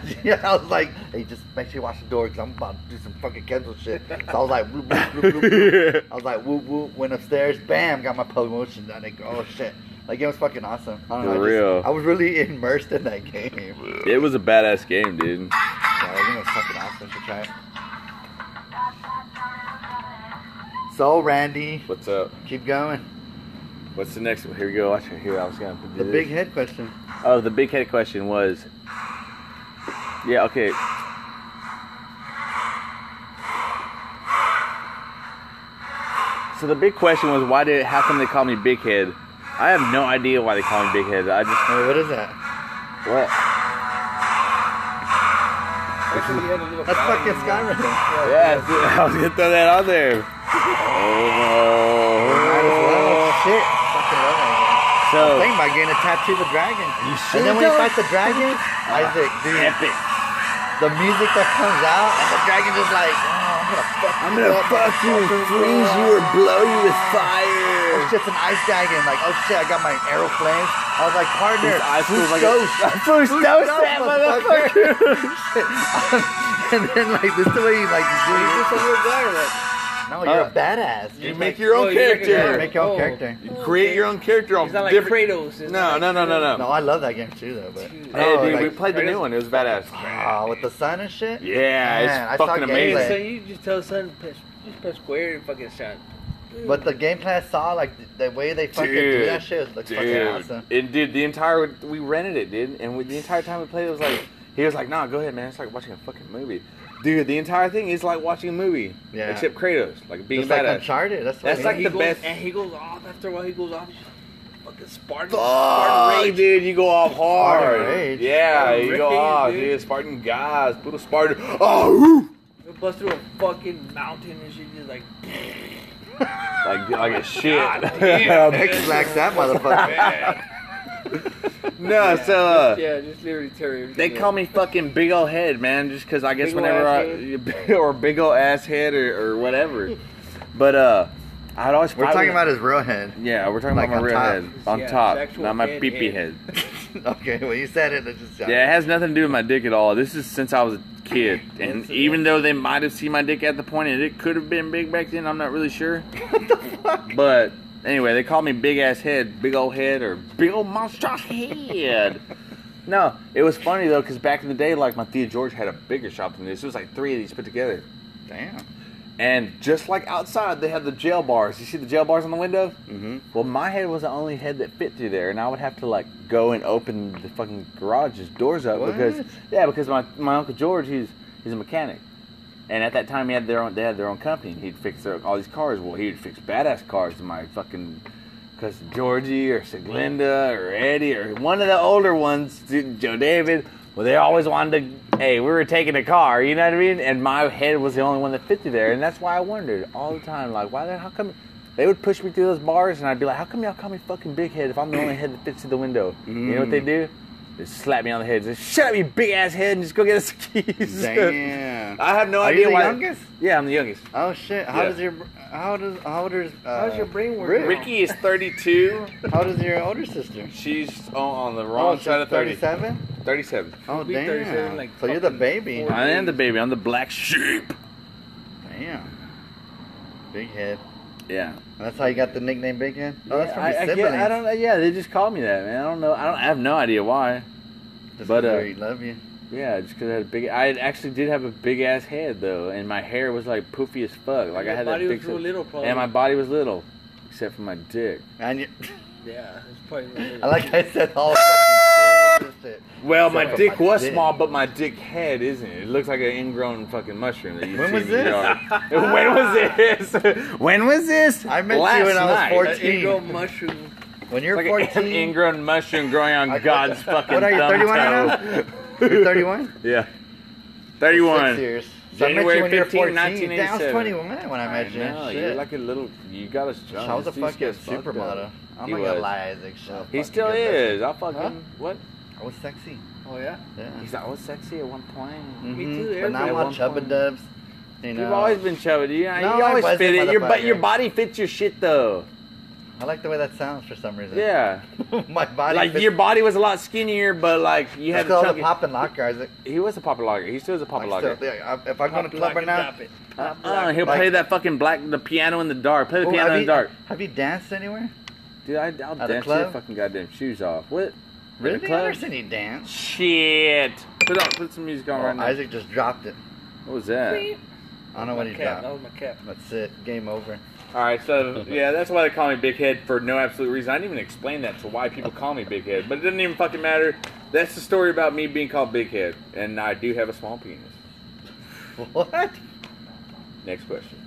[SPEAKER 1] was like, "Hey, just make sure you watch the door, cause I'm about to do some fucking Kendall shit." So I was like, whoop, whoop, whoop, whoop,
[SPEAKER 2] <laughs>
[SPEAKER 1] whoop. I was like, whoop whoop. Went upstairs, bam, got my promotion. I think, oh shit, that game was fucking awesome. I don't know,
[SPEAKER 2] For
[SPEAKER 1] I just-
[SPEAKER 2] real.
[SPEAKER 1] I was really immersed in that game.
[SPEAKER 2] It was a badass game, dude.
[SPEAKER 1] Yeah, that game was fucking awesome. Should try it. So Randy,
[SPEAKER 2] What's up?
[SPEAKER 1] keep going.
[SPEAKER 2] What's the next one? Here we go. Watch it. Here, I was gonna.
[SPEAKER 1] The big head question.
[SPEAKER 2] Oh, the big head question was. Yeah. Okay. So the big question was why did how come they call me big head? I have no idea why they call me big head. I just
[SPEAKER 1] Hey, what is that?
[SPEAKER 2] what?
[SPEAKER 4] Actually, we had a little
[SPEAKER 1] That's
[SPEAKER 4] valley
[SPEAKER 1] fucking
[SPEAKER 4] in there.
[SPEAKER 1] Skyrim.
[SPEAKER 2] Yeah, <laughs> I was gonna throw that on there. Oh,
[SPEAKER 1] Oh shit! Fucking love that game.
[SPEAKER 2] so
[SPEAKER 1] thing about getting a tattoo of the dragon.
[SPEAKER 2] You sure
[SPEAKER 1] and then when you
[SPEAKER 2] don't.
[SPEAKER 1] fight the dragon, Isaac, dude,
[SPEAKER 2] epic.
[SPEAKER 1] the music that comes out and the dragon just like, oh, I'm
[SPEAKER 2] I'm gonna fuck you and freeze you or blow you with fire.
[SPEAKER 1] It's just an ice dragon. Like, oh shit, I got my arrow flames. I was like, partner,
[SPEAKER 2] His eyes
[SPEAKER 1] who's
[SPEAKER 2] feels like a-
[SPEAKER 1] <laughs> ghost?
[SPEAKER 2] Who's
[SPEAKER 1] Who's that, and then like this the way you like you do it.
[SPEAKER 4] You're just a little guy, like,
[SPEAKER 1] No, you're a
[SPEAKER 2] Oh.
[SPEAKER 1] badass.
[SPEAKER 2] You
[SPEAKER 1] You're
[SPEAKER 2] make
[SPEAKER 1] like-
[SPEAKER 2] your
[SPEAKER 4] oh,
[SPEAKER 2] own
[SPEAKER 4] you make a
[SPEAKER 1] Yeah,
[SPEAKER 4] character.
[SPEAKER 2] character.
[SPEAKER 1] make your own
[SPEAKER 4] Oh.
[SPEAKER 1] character.
[SPEAKER 2] You create your own character off
[SPEAKER 4] it's not like
[SPEAKER 2] different.
[SPEAKER 4] Kratos. It's
[SPEAKER 2] No,
[SPEAKER 4] like,
[SPEAKER 2] no, no, no, no.
[SPEAKER 1] Oh, No, I love that game too, though. But
[SPEAKER 4] Dude.
[SPEAKER 2] Hey,
[SPEAKER 1] Oh,
[SPEAKER 2] dude,
[SPEAKER 1] like-
[SPEAKER 2] we played the new one. It was badass.
[SPEAKER 1] Ah, with the sun and shit.
[SPEAKER 2] Yeah, it's
[SPEAKER 1] Man, I saw
[SPEAKER 2] fucking
[SPEAKER 1] gameplay.
[SPEAKER 4] Hey,
[SPEAKER 1] Anyway.
[SPEAKER 4] so
[SPEAKER 2] amazing.
[SPEAKER 4] you just tell son, press, just press square and fucking shot.
[SPEAKER 1] But the gameplay I saw, like the way they fucking do that shit, looks fucking awesome.
[SPEAKER 2] And dude, the entire we rented it, dude, and we, the entire time we played, it was like he was like, "Nah, go ahead, man. It's like watching a fucking movie." Dude, the entire thing is like watching a movie,
[SPEAKER 1] Yeah.
[SPEAKER 2] except Kratos, like being
[SPEAKER 1] It's like
[SPEAKER 2] badass.
[SPEAKER 1] Uncharted. That's what
[SPEAKER 2] That's
[SPEAKER 1] it
[SPEAKER 2] like
[SPEAKER 1] is.
[SPEAKER 4] he
[SPEAKER 2] the
[SPEAKER 4] goes,
[SPEAKER 2] best-
[SPEAKER 4] And he goes off after a while. He goes off. He's fucking Spartan.
[SPEAKER 2] Fuck,
[SPEAKER 4] Spartan rage.
[SPEAKER 2] dude, you go off hard.
[SPEAKER 1] Spartan rage.
[SPEAKER 2] Yeah,
[SPEAKER 4] Spartan
[SPEAKER 2] you go
[SPEAKER 4] rage,
[SPEAKER 2] off, dude.
[SPEAKER 4] dude.
[SPEAKER 2] Spartan guys, put a Spartan. Oh, woo!
[SPEAKER 4] He'll bust through a fucking mountain and shit. Just like
[SPEAKER 2] like like a shit.
[SPEAKER 4] God damn,
[SPEAKER 1] X Blacks that
[SPEAKER 2] <laughs>
[SPEAKER 1] motherfucker.
[SPEAKER 2] no, so uh,
[SPEAKER 4] yeah, just literally tear everything.
[SPEAKER 2] They
[SPEAKER 4] up.
[SPEAKER 2] call me fucking big ol' head, man, just because I guess
[SPEAKER 4] Big ol'
[SPEAKER 2] whenever
[SPEAKER 4] ass
[SPEAKER 2] I <laughs> or big ol' ass head or, or whatever. But uh, I'd always
[SPEAKER 1] We're
[SPEAKER 2] fight
[SPEAKER 1] talking
[SPEAKER 2] with-
[SPEAKER 1] about his real head. <laughs>
[SPEAKER 2] yeah, we're talking
[SPEAKER 1] like
[SPEAKER 2] about my
[SPEAKER 1] on
[SPEAKER 2] real
[SPEAKER 1] top.
[SPEAKER 2] head on
[SPEAKER 4] Yeah,
[SPEAKER 2] top,
[SPEAKER 4] actual
[SPEAKER 2] not my
[SPEAKER 4] head
[SPEAKER 2] pee pee
[SPEAKER 4] head.
[SPEAKER 2] head.
[SPEAKER 1] okay, well you said it. It's just
[SPEAKER 2] Yeah, it has nothing to do with my dick at all. This is since I was a kid, and even though they might have seen my dick at the point, and it could have been big back then, I'm not really sure. But anyway, they called me big ass head, big old head, or big old monstrous head. No, it was funny though, because back in the day, like my Thea George had a bigger shop than this. It was like three of these put together, <laughs>
[SPEAKER 1] Damn.
[SPEAKER 2] and just like outside, they had the jail bars. You see the jail bars on the window? Mm-hmm. Well, my head was the only head that fit through there, and I would have to like go and open the fucking garage's doors up
[SPEAKER 1] What?
[SPEAKER 2] because yeah, because my, my uncle George, he's he's a mechanic, and at that time he had their own they had their own company. and He'd fix their, all these cars. Well, he'd fix badass cars. And my fucking because Georgie or Seglinda or Eddie or one of the older ones, dude, Joe David. Well, they always wanted to. Hey, we were taking a car, you know what I mean? And my head was the only one that fit through there, and that's why I wondered all the time, like, why the how come? They would push me through those bars, and I'd be like, "How come y'all call me fucking big head if I'm the only head that fits through the window?" You know what they do? They slap me on the head. Just shut up, you big ass head, and just go get us the keys.
[SPEAKER 1] Damn.
[SPEAKER 2] I have no
[SPEAKER 1] Are you
[SPEAKER 2] idea
[SPEAKER 1] the
[SPEAKER 2] why.
[SPEAKER 1] youngest?
[SPEAKER 2] Yeah, I'm the youngest.
[SPEAKER 1] Oh shit! How
[SPEAKER 2] Yeah.
[SPEAKER 1] does your how does how old is uh,
[SPEAKER 4] How's your brain work
[SPEAKER 1] Rick?
[SPEAKER 4] now?
[SPEAKER 2] Ricky is 32.
[SPEAKER 1] How does your older sister?
[SPEAKER 2] She's on, on the wrong
[SPEAKER 1] oh,
[SPEAKER 2] side of 30.
[SPEAKER 1] 37.
[SPEAKER 2] 37.
[SPEAKER 1] Oh
[SPEAKER 4] be
[SPEAKER 1] damn!
[SPEAKER 4] 37, like,
[SPEAKER 1] so you're the
[SPEAKER 4] fucking
[SPEAKER 1] baby.
[SPEAKER 4] four.
[SPEAKER 2] I am the baby. I'm the black sheep.
[SPEAKER 1] Damn. Big head.
[SPEAKER 2] Yeah.
[SPEAKER 1] That's how you got the nickname Big Head. Oh, that's from
[SPEAKER 2] I,
[SPEAKER 1] your
[SPEAKER 2] I,
[SPEAKER 1] siblings.
[SPEAKER 2] get- I don't. Yeah, they just called me that, man. I don't know. I don't. I have no idea why.
[SPEAKER 1] Just
[SPEAKER 2] but,
[SPEAKER 1] 'cause
[SPEAKER 2] uh,
[SPEAKER 1] they love you.
[SPEAKER 2] Yeah, just because I had a big. I actually did have a big ass head though, and my hair was like poofy as fuck. Like I
[SPEAKER 4] Your
[SPEAKER 2] had that
[SPEAKER 4] body
[SPEAKER 2] big.
[SPEAKER 4] was real little, probably.
[SPEAKER 2] and my body was little, except for my dick.
[SPEAKER 1] And you, <laughs>
[SPEAKER 4] Yeah, it's probably.
[SPEAKER 1] I like I said
[SPEAKER 2] <laughs>
[SPEAKER 1] all fucking serious shit.
[SPEAKER 2] Well, my
[SPEAKER 1] Except for
[SPEAKER 2] dick
[SPEAKER 1] my
[SPEAKER 2] was
[SPEAKER 1] dick.
[SPEAKER 2] small, but my dick head isn't. It looks like an ingrown fucking mushroom. That you
[SPEAKER 1] When
[SPEAKER 2] see
[SPEAKER 1] was
[SPEAKER 2] in the
[SPEAKER 1] this?
[SPEAKER 2] yard.
[SPEAKER 1] <laughs>
[SPEAKER 2] when was this? <laughs> when was this?
[SPEAKER 1] I met you when I was
[SPEAKER 2] night.
[SPEAKER 1] 14.
[SPEAKER 4] An ingrow mushroom.
[SPEAKER 1] When you're
[SPEAKER 2] It's like
[SPEAKER 1] 14,
[SPEAKER 2] an ingrown mushroom growing on
[SPEAKER 1] I- <laughs>
[SPEAKER 2] God's
[SPEAKER 1] what-
[SPEAKER 2] fucking
[SPEAKER 1] what are you, 31 now?
[SPEAKER 2] thumbnail.
[SPEAKER 1] <laughs> you're
[SPEAKER 2] <laughs>
[SPEAKER 1] 31.
[SPEAKER 2] yeah.
[SPEAKER 1] Six
[SPEAKER 2] 31.
[SPEAKER 1] years. So
[SPEAKER 2] January
[SPEAKER 1] I met you when you
[SPEAKER 2] 15,
[SPEAKER 1] were 14. Damn, I was
[SPEAKER 2] 1987.
[SPEAKER 1] 21 when I met you.
[SPEAKER 2] know,
[SPEAKER 1] Shit.
[SPEAKER 2] you're like a little. You got us drunk.
[SPEAKER 1] I was a
[SPEAKER 2] This dude's
[SPEAKER 1] fucking
[SPEAKER 2] got fucked
[SPEAKER 1] supermodel.
[SPEAKER 2] up.
[SPEAKER 1] I'm
[SPEAKER 2] He
[SPEAKER 1] not
[SPEAKER 2] was.
[SPEAKER 1] gonna lie, Isaac. Shut up.
[SPEAKER 2] He
[SPEAKER 1] fucking
[SPEAKER 2] still
[SPEAKER 1] good
[SPEAKER 2] is.
[SPEAKER 1] looking.
[SPEAKER 2] I fucking
[SPEAKER 1] Huh?
[SPEAKER 2] what?
[SPEAKER 1] I was sexy.
[SPEAKER 4] Oh yeah.
[SPEAKER 1] Yeah.
[SPEAKER 2] He's always sexy at one point.
[SPEAKER 4] Me
[SPEAKER 1] Mhm.
[SPEAKER 4] too,
[SPEAKER 1] But
[SPEAKER 4] Eric.
[SPEAKER 1] now
[SPEAKER 4] At
[SPEAKER 1] I'm
[SPEAKER 2] one
[SPEAKER 1] on Chubba
[SPEAKER 2] point.
[SPEAKER 1] Dubs. You know,
[SPEAKER 2] You've always been chubby. You, know,
[SPEAKER 1] No,
[SPEAKER 2] you
[SPEAKER 1] I
[SPEAKER 2] always
[SPEAKER 1] wasn't,
[SPEAKER 2] fit it. Your but
[SPEAKER 1] motherfucker.
[SPEAKER 2] your body fits your shit though.
[SPEAKER 1] I like the way that sounds for some reason.
[SPEAKER 2] Yeah.
[SPEAKER 1] <laughs> My body.
[SPEAKER 2] Like
[SPEAKER 1] fits-
[SPEAKER 2] your body was a lot skinnier, but like you
[SPEAKER 1] That's
[SPEAKER 2] had
[SPEAKER 1] 'cause I was a
[SPEAKER 2] chunky.
[SPEAKER 1] pop and locker, Isaac.
[SPEAKER 2] He was a popper logger. He still is a popper
[SPEAKER 1] Like,
[SPEAKER 2] logger.
[SPEAKER 1] still, yeah, I- if I go to
[SPEAKER 4] Pop
[SPEAKER 1] the club
[SPEAKER 4] lock
[SPEAKER 1] right
[SPEAKER 4] and
[SPEAKER 1] now,
[SPEAKER 4] drop it.
[SPEAKER 2] Uh-uh, he'll
[SPEAKER 1] Like-
[SPEAKER 2] play that fucking black the piano in the dark. Play the
[SPEAKER 1] Ooh,
[SPEAKER 2] piano
[SPEAKER 1] have
[SPEAKER 2] in
[SPEAKER 1] you-
[SPEAKER 2] the dark.
[SPEAKER 1] Have you danced anywhere?
[SPEAKER 2] Dude, I, I'll
[SPEAKER 1] the
[SPEAKER 2] dance your
[SPEAKER 1] club?
[SPEAKER 2] fucking goddamn shoes off. What?
[SPEAKER 1] Really? I've
[SPEAKER 2] the club?
[SPEAKER 1] never seen you dance.
[SPEAKER 2] Shit. Put on, put some music on
[SPEAKER 1] Oh,
[SPEAKER 2] right now.
[SPEAKER 1] Isaac just dropped it.
[SPEAKER 2] What was that?
[SPEAKER 1] I don't know what
[SPEAKER 4] My
[SPEAKER 1] he
[SPEAKER 4] cap. That
[SPEAKER 1] dropped.
[SPEAKER 4] was my cap.
[SPEAKER 1] That's it. Game over. <laughs>
[SPEAKER 2] All right, so yeah, that's why they call me Big Head for no absolute reason. I didn't even explain that to why people call me Big Head, but it doesn't even fucking matter. That's the story about me being called Big Head, and I do have a small penis.
[SPEAKER 1] What?
[SPEAKER 2] Next question.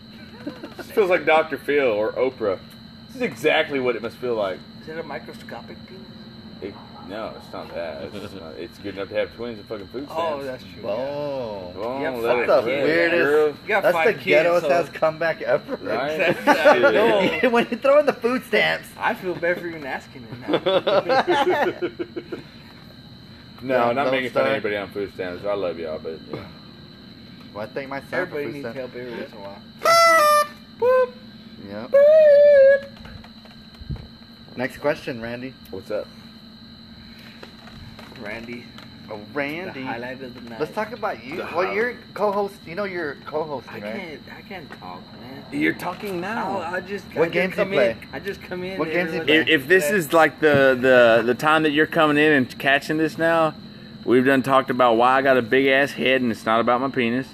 [SPEAKER 2] <laughs> This feels like Dr. Phil or Oprah. This is exactly what it must feel like.
[SPEAKER 4] Is it a microscopic penis?
[SPEAKER 2] It, no, it's not that. It's,
[SPEAKER 4] <laughs>
[SPEAKER 2] just not, it's good enough to have twins and fucking food stamps.
[SPEAKER 4] Oh, that's true. yeah.
[SPEAKER 1] Whoa.
[SPEAKER 2] Well,
[SPEAKER 4] Yeah,
[SPEAKER 2] let
[SPEAKER 4] fuck
[SPEAKER 2] it
[SPEAKER 4] the
[SPEAKER 2] rip,
[SPEAKER 1] weirdest-
[SPEAKER 2] girl.
[SPEAKER 4] You got
[SPEAKER 1] That's
[SPEAKER 4] five
[SPEAKER 1] the
[SPEAKER 4] kids,
[SPEAKER 1] ghettoest
[SPEAKER 4] so-
[SPEAKER 1] ass comeback ever. <laughs>
[SPEAKER 2] Right?
[SPEAKER 4] Exactly. No.
[SPEAKER 1] when you throw in the food stamps.
[SPEAKER 4] I feel bad for even asking
[SPEAKER 1] <laughs>
[SPEAKER 4] it now.
[SPEAKER 2] no,
[SPEAKER 1] Yeah,
[SPEAKER 2] not
[SPEAKER 1] Lone
[SPEAKER 2] making
[SPEAKER 4] <laughs>
[SPEAKER 2] fun of
[SPEAKER 1] Star.
[SPEAKER 2] anybody on food stamps. I love y'all, but yeah.
[SPEAKER 1] Well, I thank my son
[SPEAKER 4] Everybody
[SPEAKER 1] for food
[SPEAKER 4] needs
[SPEAKER 1] stamps.
[SPEAKER 4] help every once in a while.
[SPEAKER 2] Boop.
[SPEAKER 1] Yep. Next question, Randy.
[SPEAKER 2] What's up?
[SPEAKER 4] Randy,
[SPEAKER 1] Oh,
[SPEAKER 4] the
[SPEAKER 1] Randy.
[SPEAKER 4] highlight of the night.
[SPEAKER 1] Let's talk about you.
[SPEAKER 2] The
[SPEAKER 1] Well,
[SPEAKER 2] highlight.
[SPEAKER 1] you're co-host. You know you're
[SPEAKER 4] I
[SPEAKER 1] co-hosting, right?
[SPEAKER 4] can't. I can't talk, man.
[SPEAKER 2] You're talking
[SPEAKER 4] No,
[SPEAKER 2] now.
[SPEAKER 4] Oh, I just. I
[SPEAKER 1] Oh. What
[SPEAKER 4] just
[SPEAKER 1] games you
[SPEAKER 4] come
[SPEAKER 1] play?
[SPEAKER 4] In, I just come in.
[SPEAKER 1] What
[SPEAKER 4] every
[SPEAKER 1] games you
[SPEAKER 4] once in a
[SPEAKER 2] If,
[SPEAKER 1] play?
[SPEAKER 4] while.
[SPEAKER 2] if this is like the, the the time that you're coming in and catching this now, we've done talked about why I got a big ass head and it's not about my penis.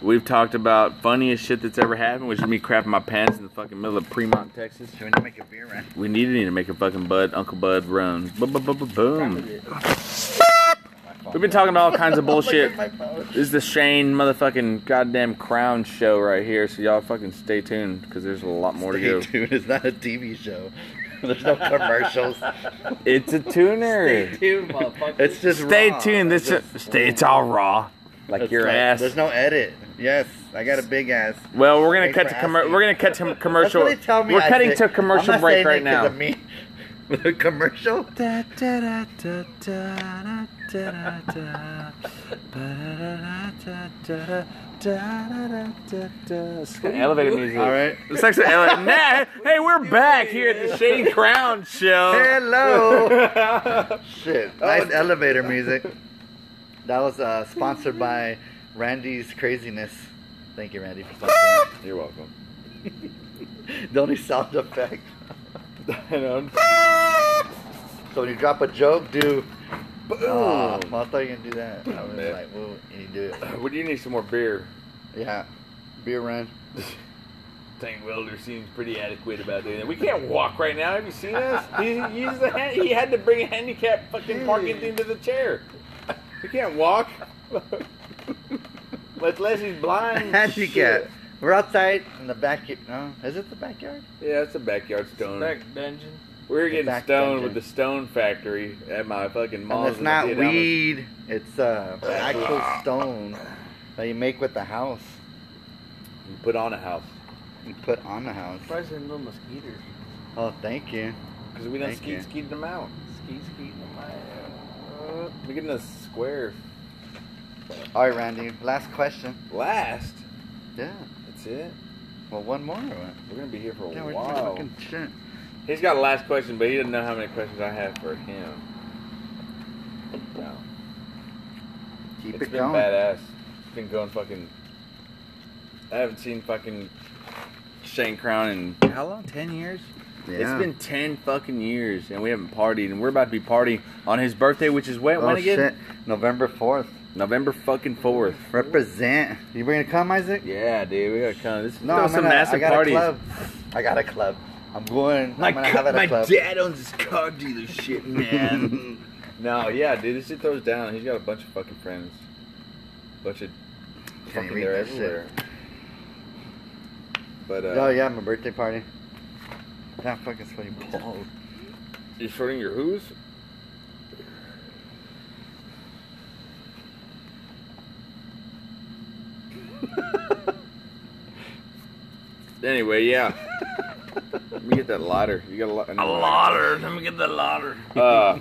[SPEAKER 2] We've talked about funniest shit that's ever happened, which is me crapping my pants in the fucking middle of Fremont, Texas.
[SPEAKER 1] Should we make a beer run?
[SPEAKER 2] We needed to make a fucking Bud, Uncle Bud run. Boom, boom, boom, boom, boom. We've been talking about all
[SPEAKER 1] <laughs> Oh
[SPEAKER 2] kinds of bullshit. This is the Shane motherfucking goddamn crown show right here, so y'all fucking stay tuned because there's a lot more
[SPEAKER 1] Stay
[SPEAKER 2] to go.
[SPEAKER 1] tuned. It's not a TV show. <laughs> There's no commercials.
[SPEAKER 2] It's a
[SPEAKER 1] <laughs>
[SPEAKER 2] tuner.
[SPEAKER 4] <laughs> Stay tuned, motherfucker.
[SPEAKER 1] It's just
[SPEAKER 2] Stay
[SPEAKER 1] raw.
[SPEAKER 2] tuned. This
[SPEAKER 1] It's
[SPEAKER 2] sh- stay. It's all raw, like
[SPEAKER 1] it's
[SPEAKER 2] your
[SPEAKER 1] like-
[SPEAKER 2] ass.
[SPEAKER 1] There's no edit. Yes, I got a big ass.
[SPEAKER 2] well, we're gonna
[SPEAKER 1] Thanks
[SPEAKER 2] cut
[SPEAKER 1] for
[SPEAKER 2] to commer-
[SPEAKER 1] asking.
[SPEAKER 2] We're gonna cut to
[SPEAKER 1] That's
[SPEAKER 2] commercial.
[SPEAKER 1] what they tell me
[SPEAKER 2] we're
[SPEAKER 1] I
[SPEAKER 2] cutting
[SPEAKER 1] did.
[SPEAKER 2] to a
[SPEAKER 1] I'm
[SPEAKER 2] commercial
[SPEAKER 1] not saying
[SPEAKER 2] break right
[SPEAKER 1] it 'cause
[SPEAKER 2] now.
[SPEAKER 1] of me. <laughs> The commercial.
[SPEAKER 2] Da, da, da, da, da, da, da, da, da, da, da, da, da, da, da. It's got Elevator music.
[SPEAKER 1] All right.
[SPEAKER 2] It's like
[SPEAKER 1] <laughs>
[SPEAKER 2] some ele- nah, hey, we're back here at the Shane Crown Show.
[SPEAKER 1] Hello. <laughs> Shit. Nice elevator music. That was uh, sponsored by Randy's Craziness. Thank you, Randy, for sponsoring. <laughs>
[SPEAKER 2] You're welcome. <laughs>
[SPEAKER 1] that. the only sound effect.
[SPEAKER 2] I
[SPEAKER 1] <laughs>
[SPEAKER 2] know.
[SPEAKER 1] So when you drop a joke, do.
[SPEAKER 2] Boom.
[SPEAKER 1] Oh, well, I thought you were gonna do that. I was
[SPEAKER 2] man.
[SPEAKER 1] like, whoa, and you do it.
[SPEAKER 2] What do you need? Some more beer.
[SPEAKER 1] Yeah. Beer run.
[SPEAKER 2] Tank Welder seems pretty adequate about doing that. We can't walk right now. Have you
[SPEAKER 1] <laughs>
[SPEAKER 2] seen us? He used the hand, he had to bring a handicap fucking parking thing to the chair. We can't walk. Unless he's
[SPEAKER 1] <laughs>
[SPEAKER 2] blind.
[SPEAKER 1] Handicap. We're outside in the backyard. No, is it the backyard?
[SPEAKER 2] Yeah, it's a backyard stone.
[SPEAKER 4] back dungeon.
[SPEAKER 2] we were
[SPEAKER 1] The
[SPEAKER 2] getting
[SPEAKER 1] back
[SPEAKER 2] stoned
[SPEAKER 1] dungeon.
[SPEAKER 2] with the stone factory at my fucking mall.
[SPEAKER 1] and it's not weed. It's uh, actual stone that you make with the house.
[SPEAKER 2] You put on a house.
[SPEAKER 1] You put on the house.
[SPEAKER 4] Probably some little mosquitoes.
[SPEAKER 1] Oh, thank you.
[SPEAKER 2] Because we done
[SPEAKER 1] Thank you.
[SPEAKER 2] skeet skeeted them out.
[SPEAKER 4] Ski ski in my
[SPEAKER 2] Uh, we getting a square.
[SPEAKER 1] All right, Randy. Last question.
[SPEAKER 2] Last.
[SPEAKER 1] Yeah.
[SPEAKER 2] That's it.
[SPEAKER 1] Well, one more. Or what?
[SPEAKER 2] We're going to be here for a
[SPEAKER 1] Yeah, we're
[SPEAKER 2] while.
[SPEAKER 1] just fucking shit.
[SPEAKER 2] He's got a last question, but he doesn't know how many questions I have for him. No.
[SPEAKER 1] Keep
[SPEAKER 2] it's
[SPEAKER 1] it
[SPEAKER 2] been
[SPEAKER 1] going.
[SPEAKER 2] badass. It's been going fucking. I haven't seen fucking Shane Crown in how long? Ten years.
[SPEAKER 1] Yeah.
[SPEAKER 2] It's been ten fucking years, and we haven't partied, and we're about to be partying on his birthday, which is when,
[SPEAKER 1] Oh
[SPEAKER 2] when again?
[SPEAKER 1] shit! November fourth.
[SPEAKER 2] November fucking fourth.
[SPEAKER 1] Represent. You gonna come, Isaac?
[SPEAKER 2] Yeah, dude, we gotta come. This is
[SPEAKER 1] No,
[SPEAKER 2] throw
[SPEAKER 1] I'm
[SPEAKER 2] some
[SPEAKER 1] gonna, I
[SPEAKER 2] massive
[SPEAKER 1] got
[SPEAKER 2] parties.
[SPEAKER 1] a club. I got a club. I'm going.
[SPEAKER 2] My,
[SPEAKER 1] I'm gonna have it
[SPEAKER 2] cu-
[SPEAKER 1] at
[SPEAKER 2] my
[SPEAKER 1] a club.
[SPEAKER 2] dad owns this car
[SPEAKER 1] <laughs>
[SPEAKER 2] dealership, man. no, yeah, dude, this shit throws down. He's got a bunch of fucking friends. Bunch of
[SPEAKER 1] you
[SPEAKER 2] fucking
[SPEAKER 1] read
[SPEAKER 2] they're
[SPEAKER 1] that
[SPEAKER 2] everywhere. But uh,
[SPEAKER 1] <laughs> Oh yeah, my birthday party. Yeah, I'm fucking sweaty balls.
[SPEAKER 2] you shorting your who's? <laughs> anyway, yeah. Let me get that lighter. You got a, lot. a
[SPEAKER 4] lauder. Let me get the lauder.
[SPEAKER 2] Uh,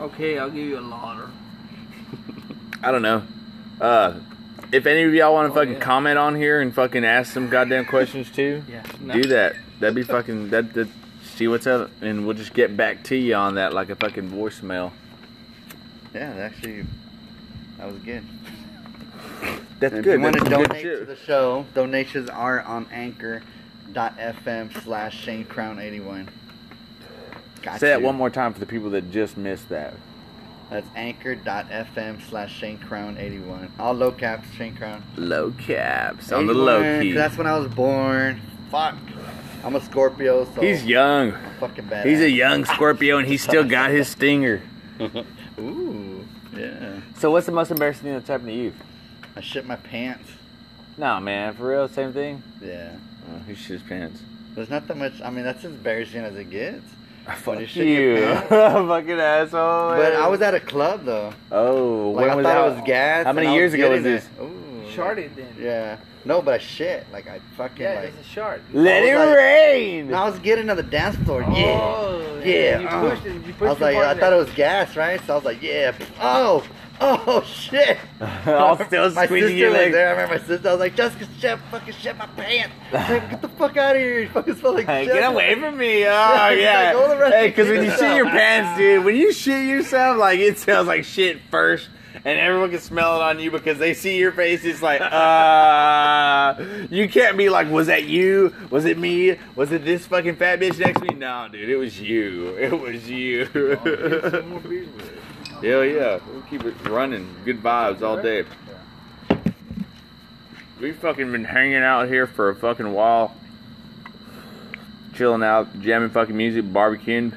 [SPEAKER 4] Okay, I'll give you a lauder.
[SPEAKER 2] I don't know. Uh, if any of y'all want to
[SPEAKER 4] Oh,
[SPEAKER 2] fucking
[SPEAKER 4] yeah.
[SPEAKER 2] comment on here and fucking ask some goddamn questions too,
[SPEAKER 4] Yeah.
[SPEAKER 2] do that. That'd be fucking that. that see what's up, and we'll just get back to you on that like a fucking voicemail.
[SPEAKER 1] Yeah, that actually, that was good.
[SPEAKER 2] That's
[SPEAKER 1] And if
[SPEAKER 2] good.
[SPEAKER 1] you want to
[SPEAKER 2] That's good
[SPEAKER 1] donate
[SPEAKER 2] shit.
[SPEAKER 1] to the show, donations are on anchor.fm slash Shane Crown 81. Got
[SPEAKER 2] Say that
[SPEAKER 1] you.
[SPEAKER 2] one more time for the people that just missed that.
[SPEAKER 1] That's anchor.fm slash Shane Crown 81. All low caps, Shane Crown.
[SPEAKER 2] Low caps on the low
[SPEAKER 1] 81,
[SPEAKER 2] key.
[SPEAKER 1] 'cause That's when I was born. Fuck. I'm a Scorpio, so
[SPEAKER 2] He's young.
[SPEAKER 1] I'm fucking bad.
[SPEAKER 2] He's a young Scorpio, and he still got his stinger.
[SPEAKER 1] Ooh. Yeah.
[SPEAKER 2] So, what's the most embarrassing thing that's happened to you?
[SPEAKER 1] I shit my pants.
[SPEAKER 2] Nah, man, for real, same thing.
[SPEAKER 1] Yeah.
[SPEAKER 2] Oh, he shit his pants.
[SPEAKER 1] There's not that much. I mean, that's as embarrassing as it gets. When you
[SPEAKER 2] <laughs> Fuck
[SPEAKER 1] shit your
[SPEAKER 2] you, <laughs>
[SPEAKER 1] pants.
[SPEAKER 2] fucking asshole.
[SPEAKER 1] But
[SPEAKER 2] man.
[SPEAKER 1] I was at a club though.
[SPEAKER 2] Oh,
[SPEAKER 1] Like, I
[SPEAKER 2] when was
[SPEAKER 1] thought
[SPEAKER 2] that?
[SPEAKER 1] it was gas.
[SPEAKER 2] How
[SPEAKER 1] and
[SPEAKER 2] many
[SPEAKER 1] I
[SPEAKER 2] years ago was
[SPEAKER 1] getting
[SPEAKER 2] this?
[SPEAKER 1] it. Ooh, like-
[SPEAKER 4] Shard it then.
[SPEAKER 1] Yeah. No, but I shit. Like I fucking
[SPEAKER 4] Yeah,
[SPEAKER 1] like.
[SPEAKER 4] it's a shard.
[SPEAKER 2] Let
[SPEAKER 1] I
[SPEAKER 2] it
[SPEAKER 1] was like-
[SPEAKER 2] rain. <laughs>
[SPEAKER 1] No, I was getting on the dance floor. Yeah.
[SPEAKER 4] Oh,
[SPEAKER 1] Yeah,
[SPEAKER 4] You
[SPEAKER 1] uh.
[SPEAKER 4] pushed it. You pushed
[SPEAKER 1] I was
[SPEAKER 4] your
[SPEAKER 1] like, I
[SPEAKER 4] partner.
[SPEAKER 1] thought it was gas, right? So I was like, yeah. Oh, Oh <laughs> shit!
[SPEAKER 2] All <laughs> still
[SPEAKER 1] my sister
[SPEAKER 2] squeezing your
[SPEAKER 1] was
[SPEAKER 2] leg.
[SPEAKER 1] there. I remember my sister. I was like, Jessica, shit, fucking shit, my
[SPEAKER 2] <laughs>
[SPEAKER 1] pants. Like, Get the fuck out of here! You fucking smell <laughs> like
[SPEAKER 2] Hey,
[SPEAKER 1] shit.
[SPEAKER 2] get away
[SPEAKER 1] <laughs>
[SPEAKER 2] from me! Oh
[SPEAKER 1] Yeah, he's like,
[SPEAKER 2] yeah.
[SPEAKER 1] "Go to the restroom,
[SPEAKER 2] Hey, because when you
[SPEAKER 1] yourself." <laughs>
[SPEAKER 2] shit your pants, dude, when you shit yourself, like it smells like shit first, and everyone can smell it on you because they see your face.
[SPEAKER 1] <laughs>
[SPEAKER 2] It's like, uh, you can't be like, was that you? Was it me? Was it this fucking fat bitch next to me? No, dude, it was you. It was you.
[SPEAKER 1] Oh,
[SPEAKER 2] Hell yeah, we'll keep it running. Good vibes all day. We've fucking been hanging out here for a fucking while, chilling out, jamming fucking music, barbecuing.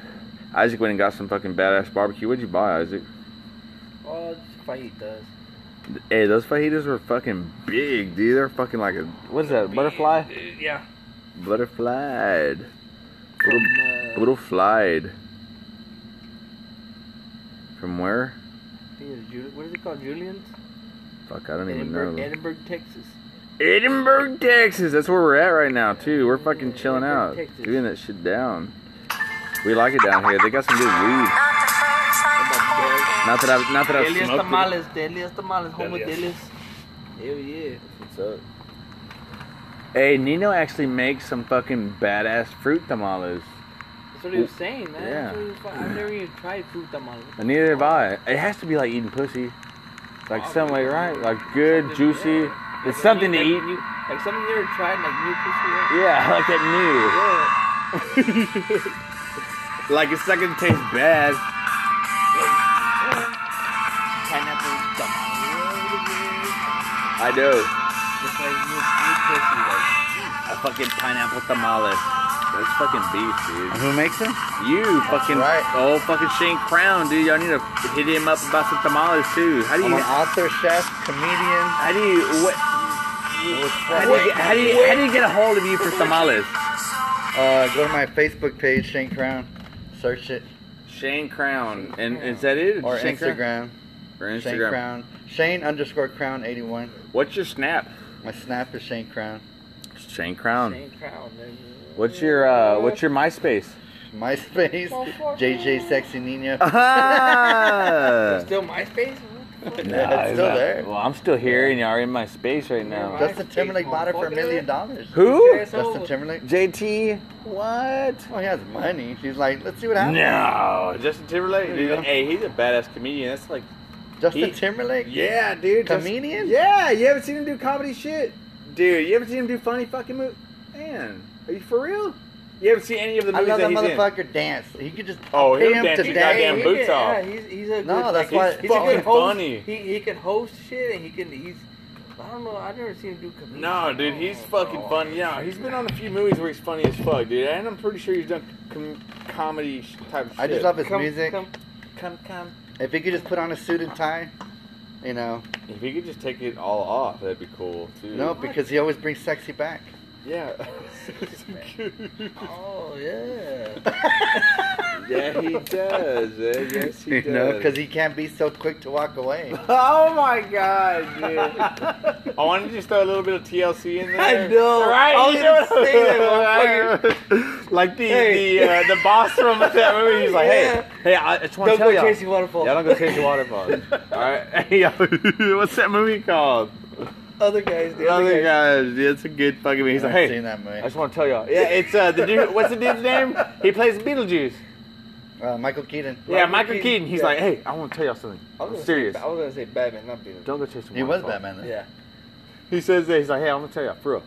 [SPEAKER 2] Isaac went and got some fucking badass barbecue. What'd you buy, Isaac?
[SPEAKER 4] Oh, just fajitas.
[SPEAKER 2] Hey, those fajitas were fucking big, dude. They're fucking like a what is that? Butterfly?
[SPEAKER 4] uh, Yeah.
[SPEAKER 2] Butterflied.
[SPEAKER 4] From,
[SPEAKER 2] Little,
[SPEAKER 4] uh,
[SPEAKER 2] little flied. From where?
[SPEAKER 4] I think it's Jul- what is it called? Julian's?
[SPEAKER 2] Fuck, I don't even
[SPEAKER 4] Edinburgh,
[SPEAKER 2] know.
[SPEAKER 4] Edinburgh, Texas.
[SPEAKER 2] Edinburgh, Texas. That's where we're at right now, too. We're fucking chilling
[SPEAKER 4] Edinburgh,
[SPEAKER 2] out,
[SPEAKER 4] Texas.
[SPEAKER 2] doing that shit down. We like it down here. They got some good weed. Not that I've, not that I've
[SPEAKER 4] Delia's
[SPEAKER 2] smoked it.
[SPEAKER 4] Tamales. Delia's Tamales. Home with
[SPEAKER 3] Delia's.
[SPEAKER 4] Delia's. Hell yeah.
[SPEAKER 2] What's up? Hey, Nino actually makes some fucking badass fruit tamales.
[SPEAKER 4] That's what he was saying, man.
[SPEAKER 2] Yeah.
[SPEAKER 4] That's what he was- I've never even tried food tamales.
[SPEAKER 2] And neither have I. It has to be like eating pussy, like some way, right? Like good, juicy. It's something to
[SPEAKER 4] Like
[SPEAKER 2] eat.
[SPEAKER 4] new- like something you ever tried, like new pussy. right?
[SPEAKER 2] Yeah, <laughs> like that
[SPEAKER 4] Yeah.
[SPEAKER 2] new. Like it's not gonna taste bad.
[SPEAKER 4] Pineapple tamales.
[SPEAKER 2] I know.
[SPEAKER 4] Just like new, new pussy, like.
[SPEAKER 2] A fucking pineapple tamales. That's fucking beef, dude.
[SPEAKER 1] Who makes them?
[SPEAKER 2] You fucking
[SPEAKER 1] right.
[SPEAKER 2] old fucking Shane Crown, dude. Y'all need to hit him up about some tamales too. How do
[SPEAKER 1] I'm
[SPEAKER 2] you?
[SPEAKER 1] an author, chef, comedian.
[SPEAKER 2] How do you? What? How do you, get- how do you? How do you get a hold of you for tamales?
[SPEAKER 1] Uh, go to my Facebook page, Shane Crown. Search it
[SPEAKER 2] Shane Crown, and is that it?
[SPEAKER 1] or
[SPEAKER 2] Shane Crown?
[SPEAKER 1] Instagram.
[SPEAKER 2] Or
[SPEAKER 1] Shane
[SPEAKER 2] Instagram.
[SPEAKER 1] Crown. Shane underscore Crown eighty one.
[SPEAKER 2] What's your snap?
[SPEAKER 1] My snap is Shane Crown. <laughs>
[SPEAKER 2] Shane Crown.
[SPEAKER 4] Shane Crown, nigga.
[SPEAKER 2] What's your uh? What's your MySpace?
[SPEAKER 1] MySpace, JJ Sexy Nina.
[SPEAKER 2] Uh-huh. Ah.
[SPEAKER 4] Still MySpace? What the fuck?
[SPEAKER 1] Yeah, it's still there.
[SPEAKER 2] Well, I'm still here, and y'all are in my space right now.
[SPEAKER 4] That's-
[SPEAKER 1] Justin Timberlake bought it for a million dollars.
[SPEAKER 2] Who?
[SPEAKER 1] Justin Timberlake.
[SPEAKER 2] JT. What?
[SPEAKER 1] Oh, he has money. She's like, let's see what happens.
[SPEAKER 2] No, Justin Timberlake.
[SPEAKER 1] There you
[SPEAKER 2] dude,
[SPEAKER 1] go.
[SPEAKER 2] hey, he's a badass comedian. That's like,
[SPEAKER 1] Justin
[SPEAKER 2] He-
[SPEAKER 1] Timberlake.
[SPEAKER 2] yeah, dude, Justin-
[SPEAKER 1] Comedian?
[SPEAKER 2] yeah, you haven't seen him do comedy shit, dude. You haven't seen him do funny fucking movies. Man, are you for real? You haven't seen any of the
[SPEAKER 1] I
[SPEAKER 2] movies
[SPEAKER 1] love that
[SPEAKER 2] that he's in.
[SPEAKER 1] motherfucker dance. He could just
[SPEAKER 2] Oh,
[SPEAKER 1] pay
[SPEAKER 2] he'll
[SPEAKER 1] him
[SPEAKER 2] dance
[SPEAKER 1] to
[SPEAKER 2] his
[SPEAKER 1] dance.
[SPEAKER 2] goddamn boots off.
[SPEAKER 4] Yeah, he's, he's a
[SPEAKER 1] No, that's
[SPEAKER 4] good, like,
[SPEAKER 1] why- He's
[SPEAKER 4] he's, he's a
[SPEAKER 2] fucking
[SPEAKER 4] good host.
[SPEAKER 2] funny.
[SPEAKER 4] He, he can host shit and he can he's I don't know. I've never seen him do Oh, comedy.
[SPEAKER 2] No, dude, he's fucking funny. Yeah, he's been on a few movies where he's funny as fuck, dude. And I'm pretty sure he's done com- comedy sh- type shit.
[SPEAKER 1] I just love his
[SPEAKER 4] Come,
[SPEAKER 1] music.
[SPEAKER 4] come, come, come.
[SPEAKER 1] If he could just put on a suit and tie, you know.
[SPEAKER 2] If he could just take it all off, that'd be cool too.
[SPEAKER 1] No, because he always brings sexy back.
[SPEAKER 2] Yeah. <laughs>
[SPEAKER 4] Oh yeah.
[SPEAKER 2] yeah, he does. eh? Yes,
[SPEAKER 1] <laughs>
[SPEAKER 2] he
[SPEAKER 1] You
[SPEAKER 2] does.
[SPEAKER 1] know, because he can't be so quick to walk away.
[SPEAKER 2] Oh my god, dude. <laughs> I wanted to just throw a little bit of TLC in there.
[SPEAKER 4] I know.
[SPEAKER 2] Right?
[SPEAKER 4] I was
[SPEAKER 2] You
[SPEAKER 4] gonna
[SPEAKER 2] know?
[SPEAKER 4] say
[SPEAKER 2] <laughs>
[SPEAKER 4] that,
[SPEAKER 2] Right? Like the
[SPEAKER 4] Hey.
[SPEAKER 2] the, uh, the boss from that movie. He's like,
[SPEAKER 4] Yeah.
[SPEAKER 2] hey, hey, I I just want to
[SPEAKER 4] Don't
[SPEAKER 2] tell
[SPEAKER 4] go
[SPEAKER 2] y'all.
[SPEAKER 4] chasing waterfalls.
[SPEAKER 2] Y'all don't go chasing
[SPEAKER 4] <laughs>
[SPEAKER 2] waterfalls. All right. Hey, y'all, <laughs> what's that movie called?
[SPEAKER 4] Other guys. The
[SPEAKER 2] The
[SPEAKER 4] other,
[SPEAKER 2] other
[SPEAKER 4] guys.
[SPEAKER 2] guys. Yeah, it's a good fucking movie. He's
[SPEAKER 1] I
[SPEAKER 2] like,
[SPEAKER 1] haven't
[SPEAKER 2] hey,
[SPEAKER 1] seen that movie.
[SPEAKER 2] I just want to tell y'all. Yeah, it's uh, the dude. What's the dude's name? He plays Beetlejuice.
[SPEAKER 1] Uh, Michael Keaton.
[SPEAKER 2] Yeah,
[SPEAKER 4] Michael
[SPEAKER 2] Michael
[SPEAKER 4] Keaton.
[SPEAKER 2] Keaton. He's
[SPEAKER 4] Yeah.
[SPEAKER 2] like, hey, I want to tell y'all something.
[SPEAKER 4] I was
[SPEAKER 2] I'm
[SPEAKER 4] gonna
[SPEAKER 2] serious.
[SPEAKER 4] Say, I was gonna say Batman, not Beetlejuice.
[SPEAKER 2] Don't go chasing waterfalls.
[SPEAKER 1] He was Batman. Then.
[SPEAKER 4] Yeah.
[SPEAKER 2] He says that. He's like, hey, I'm gonna tell y'all for real.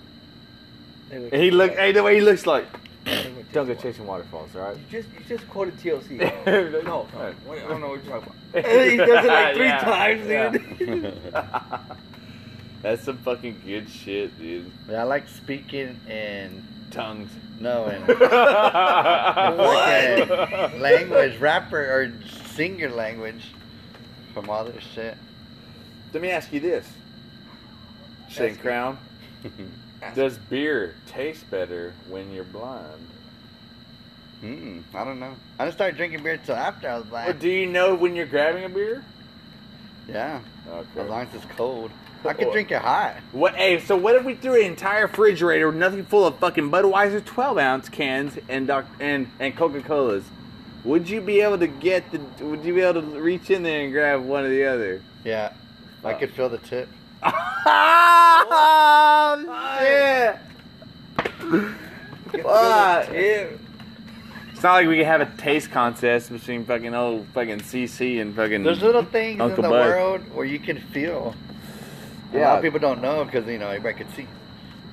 [SPEAKER 4] They would-
[SPEAKER 2] And he look, hey, the way he looks like,
[SPEAKER 4] they
[SPEAKER 2] <coughs>
[SPEAKER 4] would
[SPEAKER 2] don't go
[SPEAKER 4] chase
[SPEAKER 2] chasing waterfalls, all right? <laughs>
[SPEAKER 4] waterfalls. You just you just quoted TLC. no, no, wait, I don't know what you're talking
[SPEAKER 2] <laughs>
[SPEAKER 4] about. <laughs> he does it like three
[SPEAKER 2] Yeah,
[SPEAKER 4] times, dude. <laughs>
[SPEAKER 2] That's some fucking good shit, dude.
[SPEAKER 1] Yeah, I like speaking and
[SPEAKER 2] <laughs> Tongues.
[SPEAKER 1] knowing.
[SPEAKER 2] what?
[SPEAKER 1] Fucking language, rapper or singer language from all this shit.
[SPEAKER 2] Let me ask you this. Shane
[SPEAKER 4] Ask me.
[SPEAKER 2] Crown, <laughs>
[SPEAKER 4] Ask
[SPEAKER 2] does beer taste better when you're blind?
[SPEAKER 1] Mm, I don't know. I didn't start drinking beer till after I was
[SPEAKER 2] Well,
[SPEAKER 1] black.
[SPEAKER 2] do you know when you're grabbing a beer?
[SPEAKER 1] Yeah,
[SPEAKER 2] Okay.
[SPEAKER 1] as long as it's cold. I could
[SPEAKER 2] Oh.
[SPEAKER 1] drink it hot.
[SPEAKER 2] What? Hey, so what if we threw an entire refrigerator, nothing full of fucking Budweiser 12 ounce cans and doc, and and
[SPEAKER 1] <laughs>
[SPEAKER 2] Coca Colas? Would you be able to get the? Would you be able to reach in there and grab one or the other? <laughs>
[SPEAKER 1] Yeah. I could feel the tip.
[SPEAKER 2] oh,
[SPEAKER 1] <laughs>
[SPEAKER 2] shit. Fuck, ew. It's not like we can have a taste contest between fucking old fucking CC and fucking.
[SPEAKER 1] There's little things
[SPEAKER 2] Uncle
[SPEAKER 1] in the
[SPEAKER 2] Bud.
[SPEAKER 1] world where you can feel. A lot
[SPEAKER 2] Yeah.
[SPEAKER 1] of people don't know because you know everybody could see,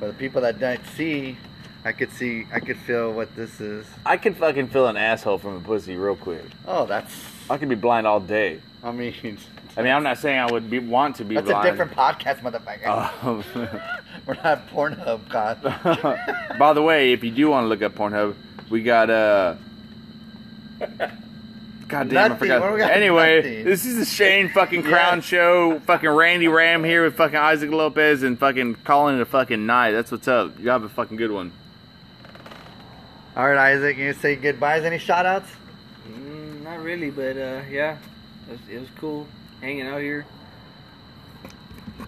[SPEAKER 1] but the people that don't see, I could see, I could feel what this is.
[SPEAKER 2] I can fucking feel an asshole from a pussy real quick.
[SPEAKER 1] Oh, that's.
[SPEAKER 2] I could be blind all day.
[SPEAKER 1] I mean, <laughs>
[SPEAKER 2] I mean, I'm not saying I would be, want to be
[SPEAKER 1] that's a
[SPEAKER 2] blind.
[SPEAKER 1] different podcast, motherfucker.
[SPEAKER 2] Um,
[SPEAKER 1] <laughs>
[SPEAKER 2] <laughs>
[SPEAKER 1] We're not Pornhub, God.
[SPEAKER 2] by the way, if you do want to look up Pornhub, we got uh. God damn, I
[SPEAKER 1] Nothing.
[SPEAKER 2] forgot.
[SPEAKER 1] What do we got?
[SPEAKER 2] anyway,
[SPEAKER 1] Nothing.
[SPEAKER 2] this is the Shane fucking Crown
[SPEAKER 1] Yes.
[SPEAKER 2] Show. Fucking Randy Ram here with fucking Isaac Lopez and fucking calling it a fucking night. That's what's up. You have a fucking good one.
[SPEAKER 1] All right, Isaac, you say goodbyes. Any shout outs?
[SPEAKER 4] Mm, not really, but uh, yeah, it was, it was cool hanging out here.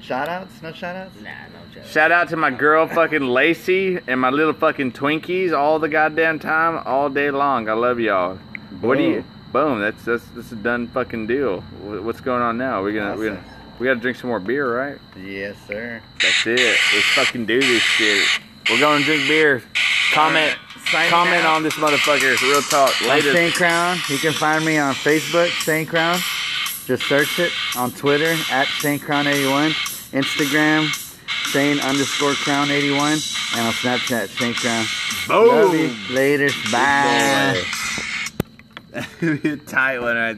[SPEAKER 1] Shout outs? No shout outs?
[SPEAKER 4] Nah, no joke.
[SPEAKER 2] Shout out to my girl fucking Lacey and my little fucking Twinkies all the goddamn time, all day long. I love y'all. What do you? Boom. That's that's that's a done fucking deal. Wh- What's going on now? We're gonna we're gonna we gotta drink some more beer, right?
[SPEAKER 1] Yes, sir.
[SPEAKER 2] That's it. Let's fucking do this shit. We're gonna drink beer. Comment
[SPEAKER 1] Signing
[SPEAKER 2] comment
[SPEAKER 1] out.
[SPEAKER 2] on this motherfucker. Real talk.
[SPEAKER 1] I'm
[SPEAKER 2] Later.
[SPEAKER 1] Saint Crown. You can find me on Facebook, Saint Crown. Just search it on Twitter at Saint Crown81, Instagram, Saint underscore Crown81, and on Snapchat, Saint Crown.
[SPEAKER 2] <laughs>
[SPEAKER 1] Love you.
[SPEAKER 2] Boom.
[SPEAKER 1] Later. Bye.
[SPEAKER 2] Tight one right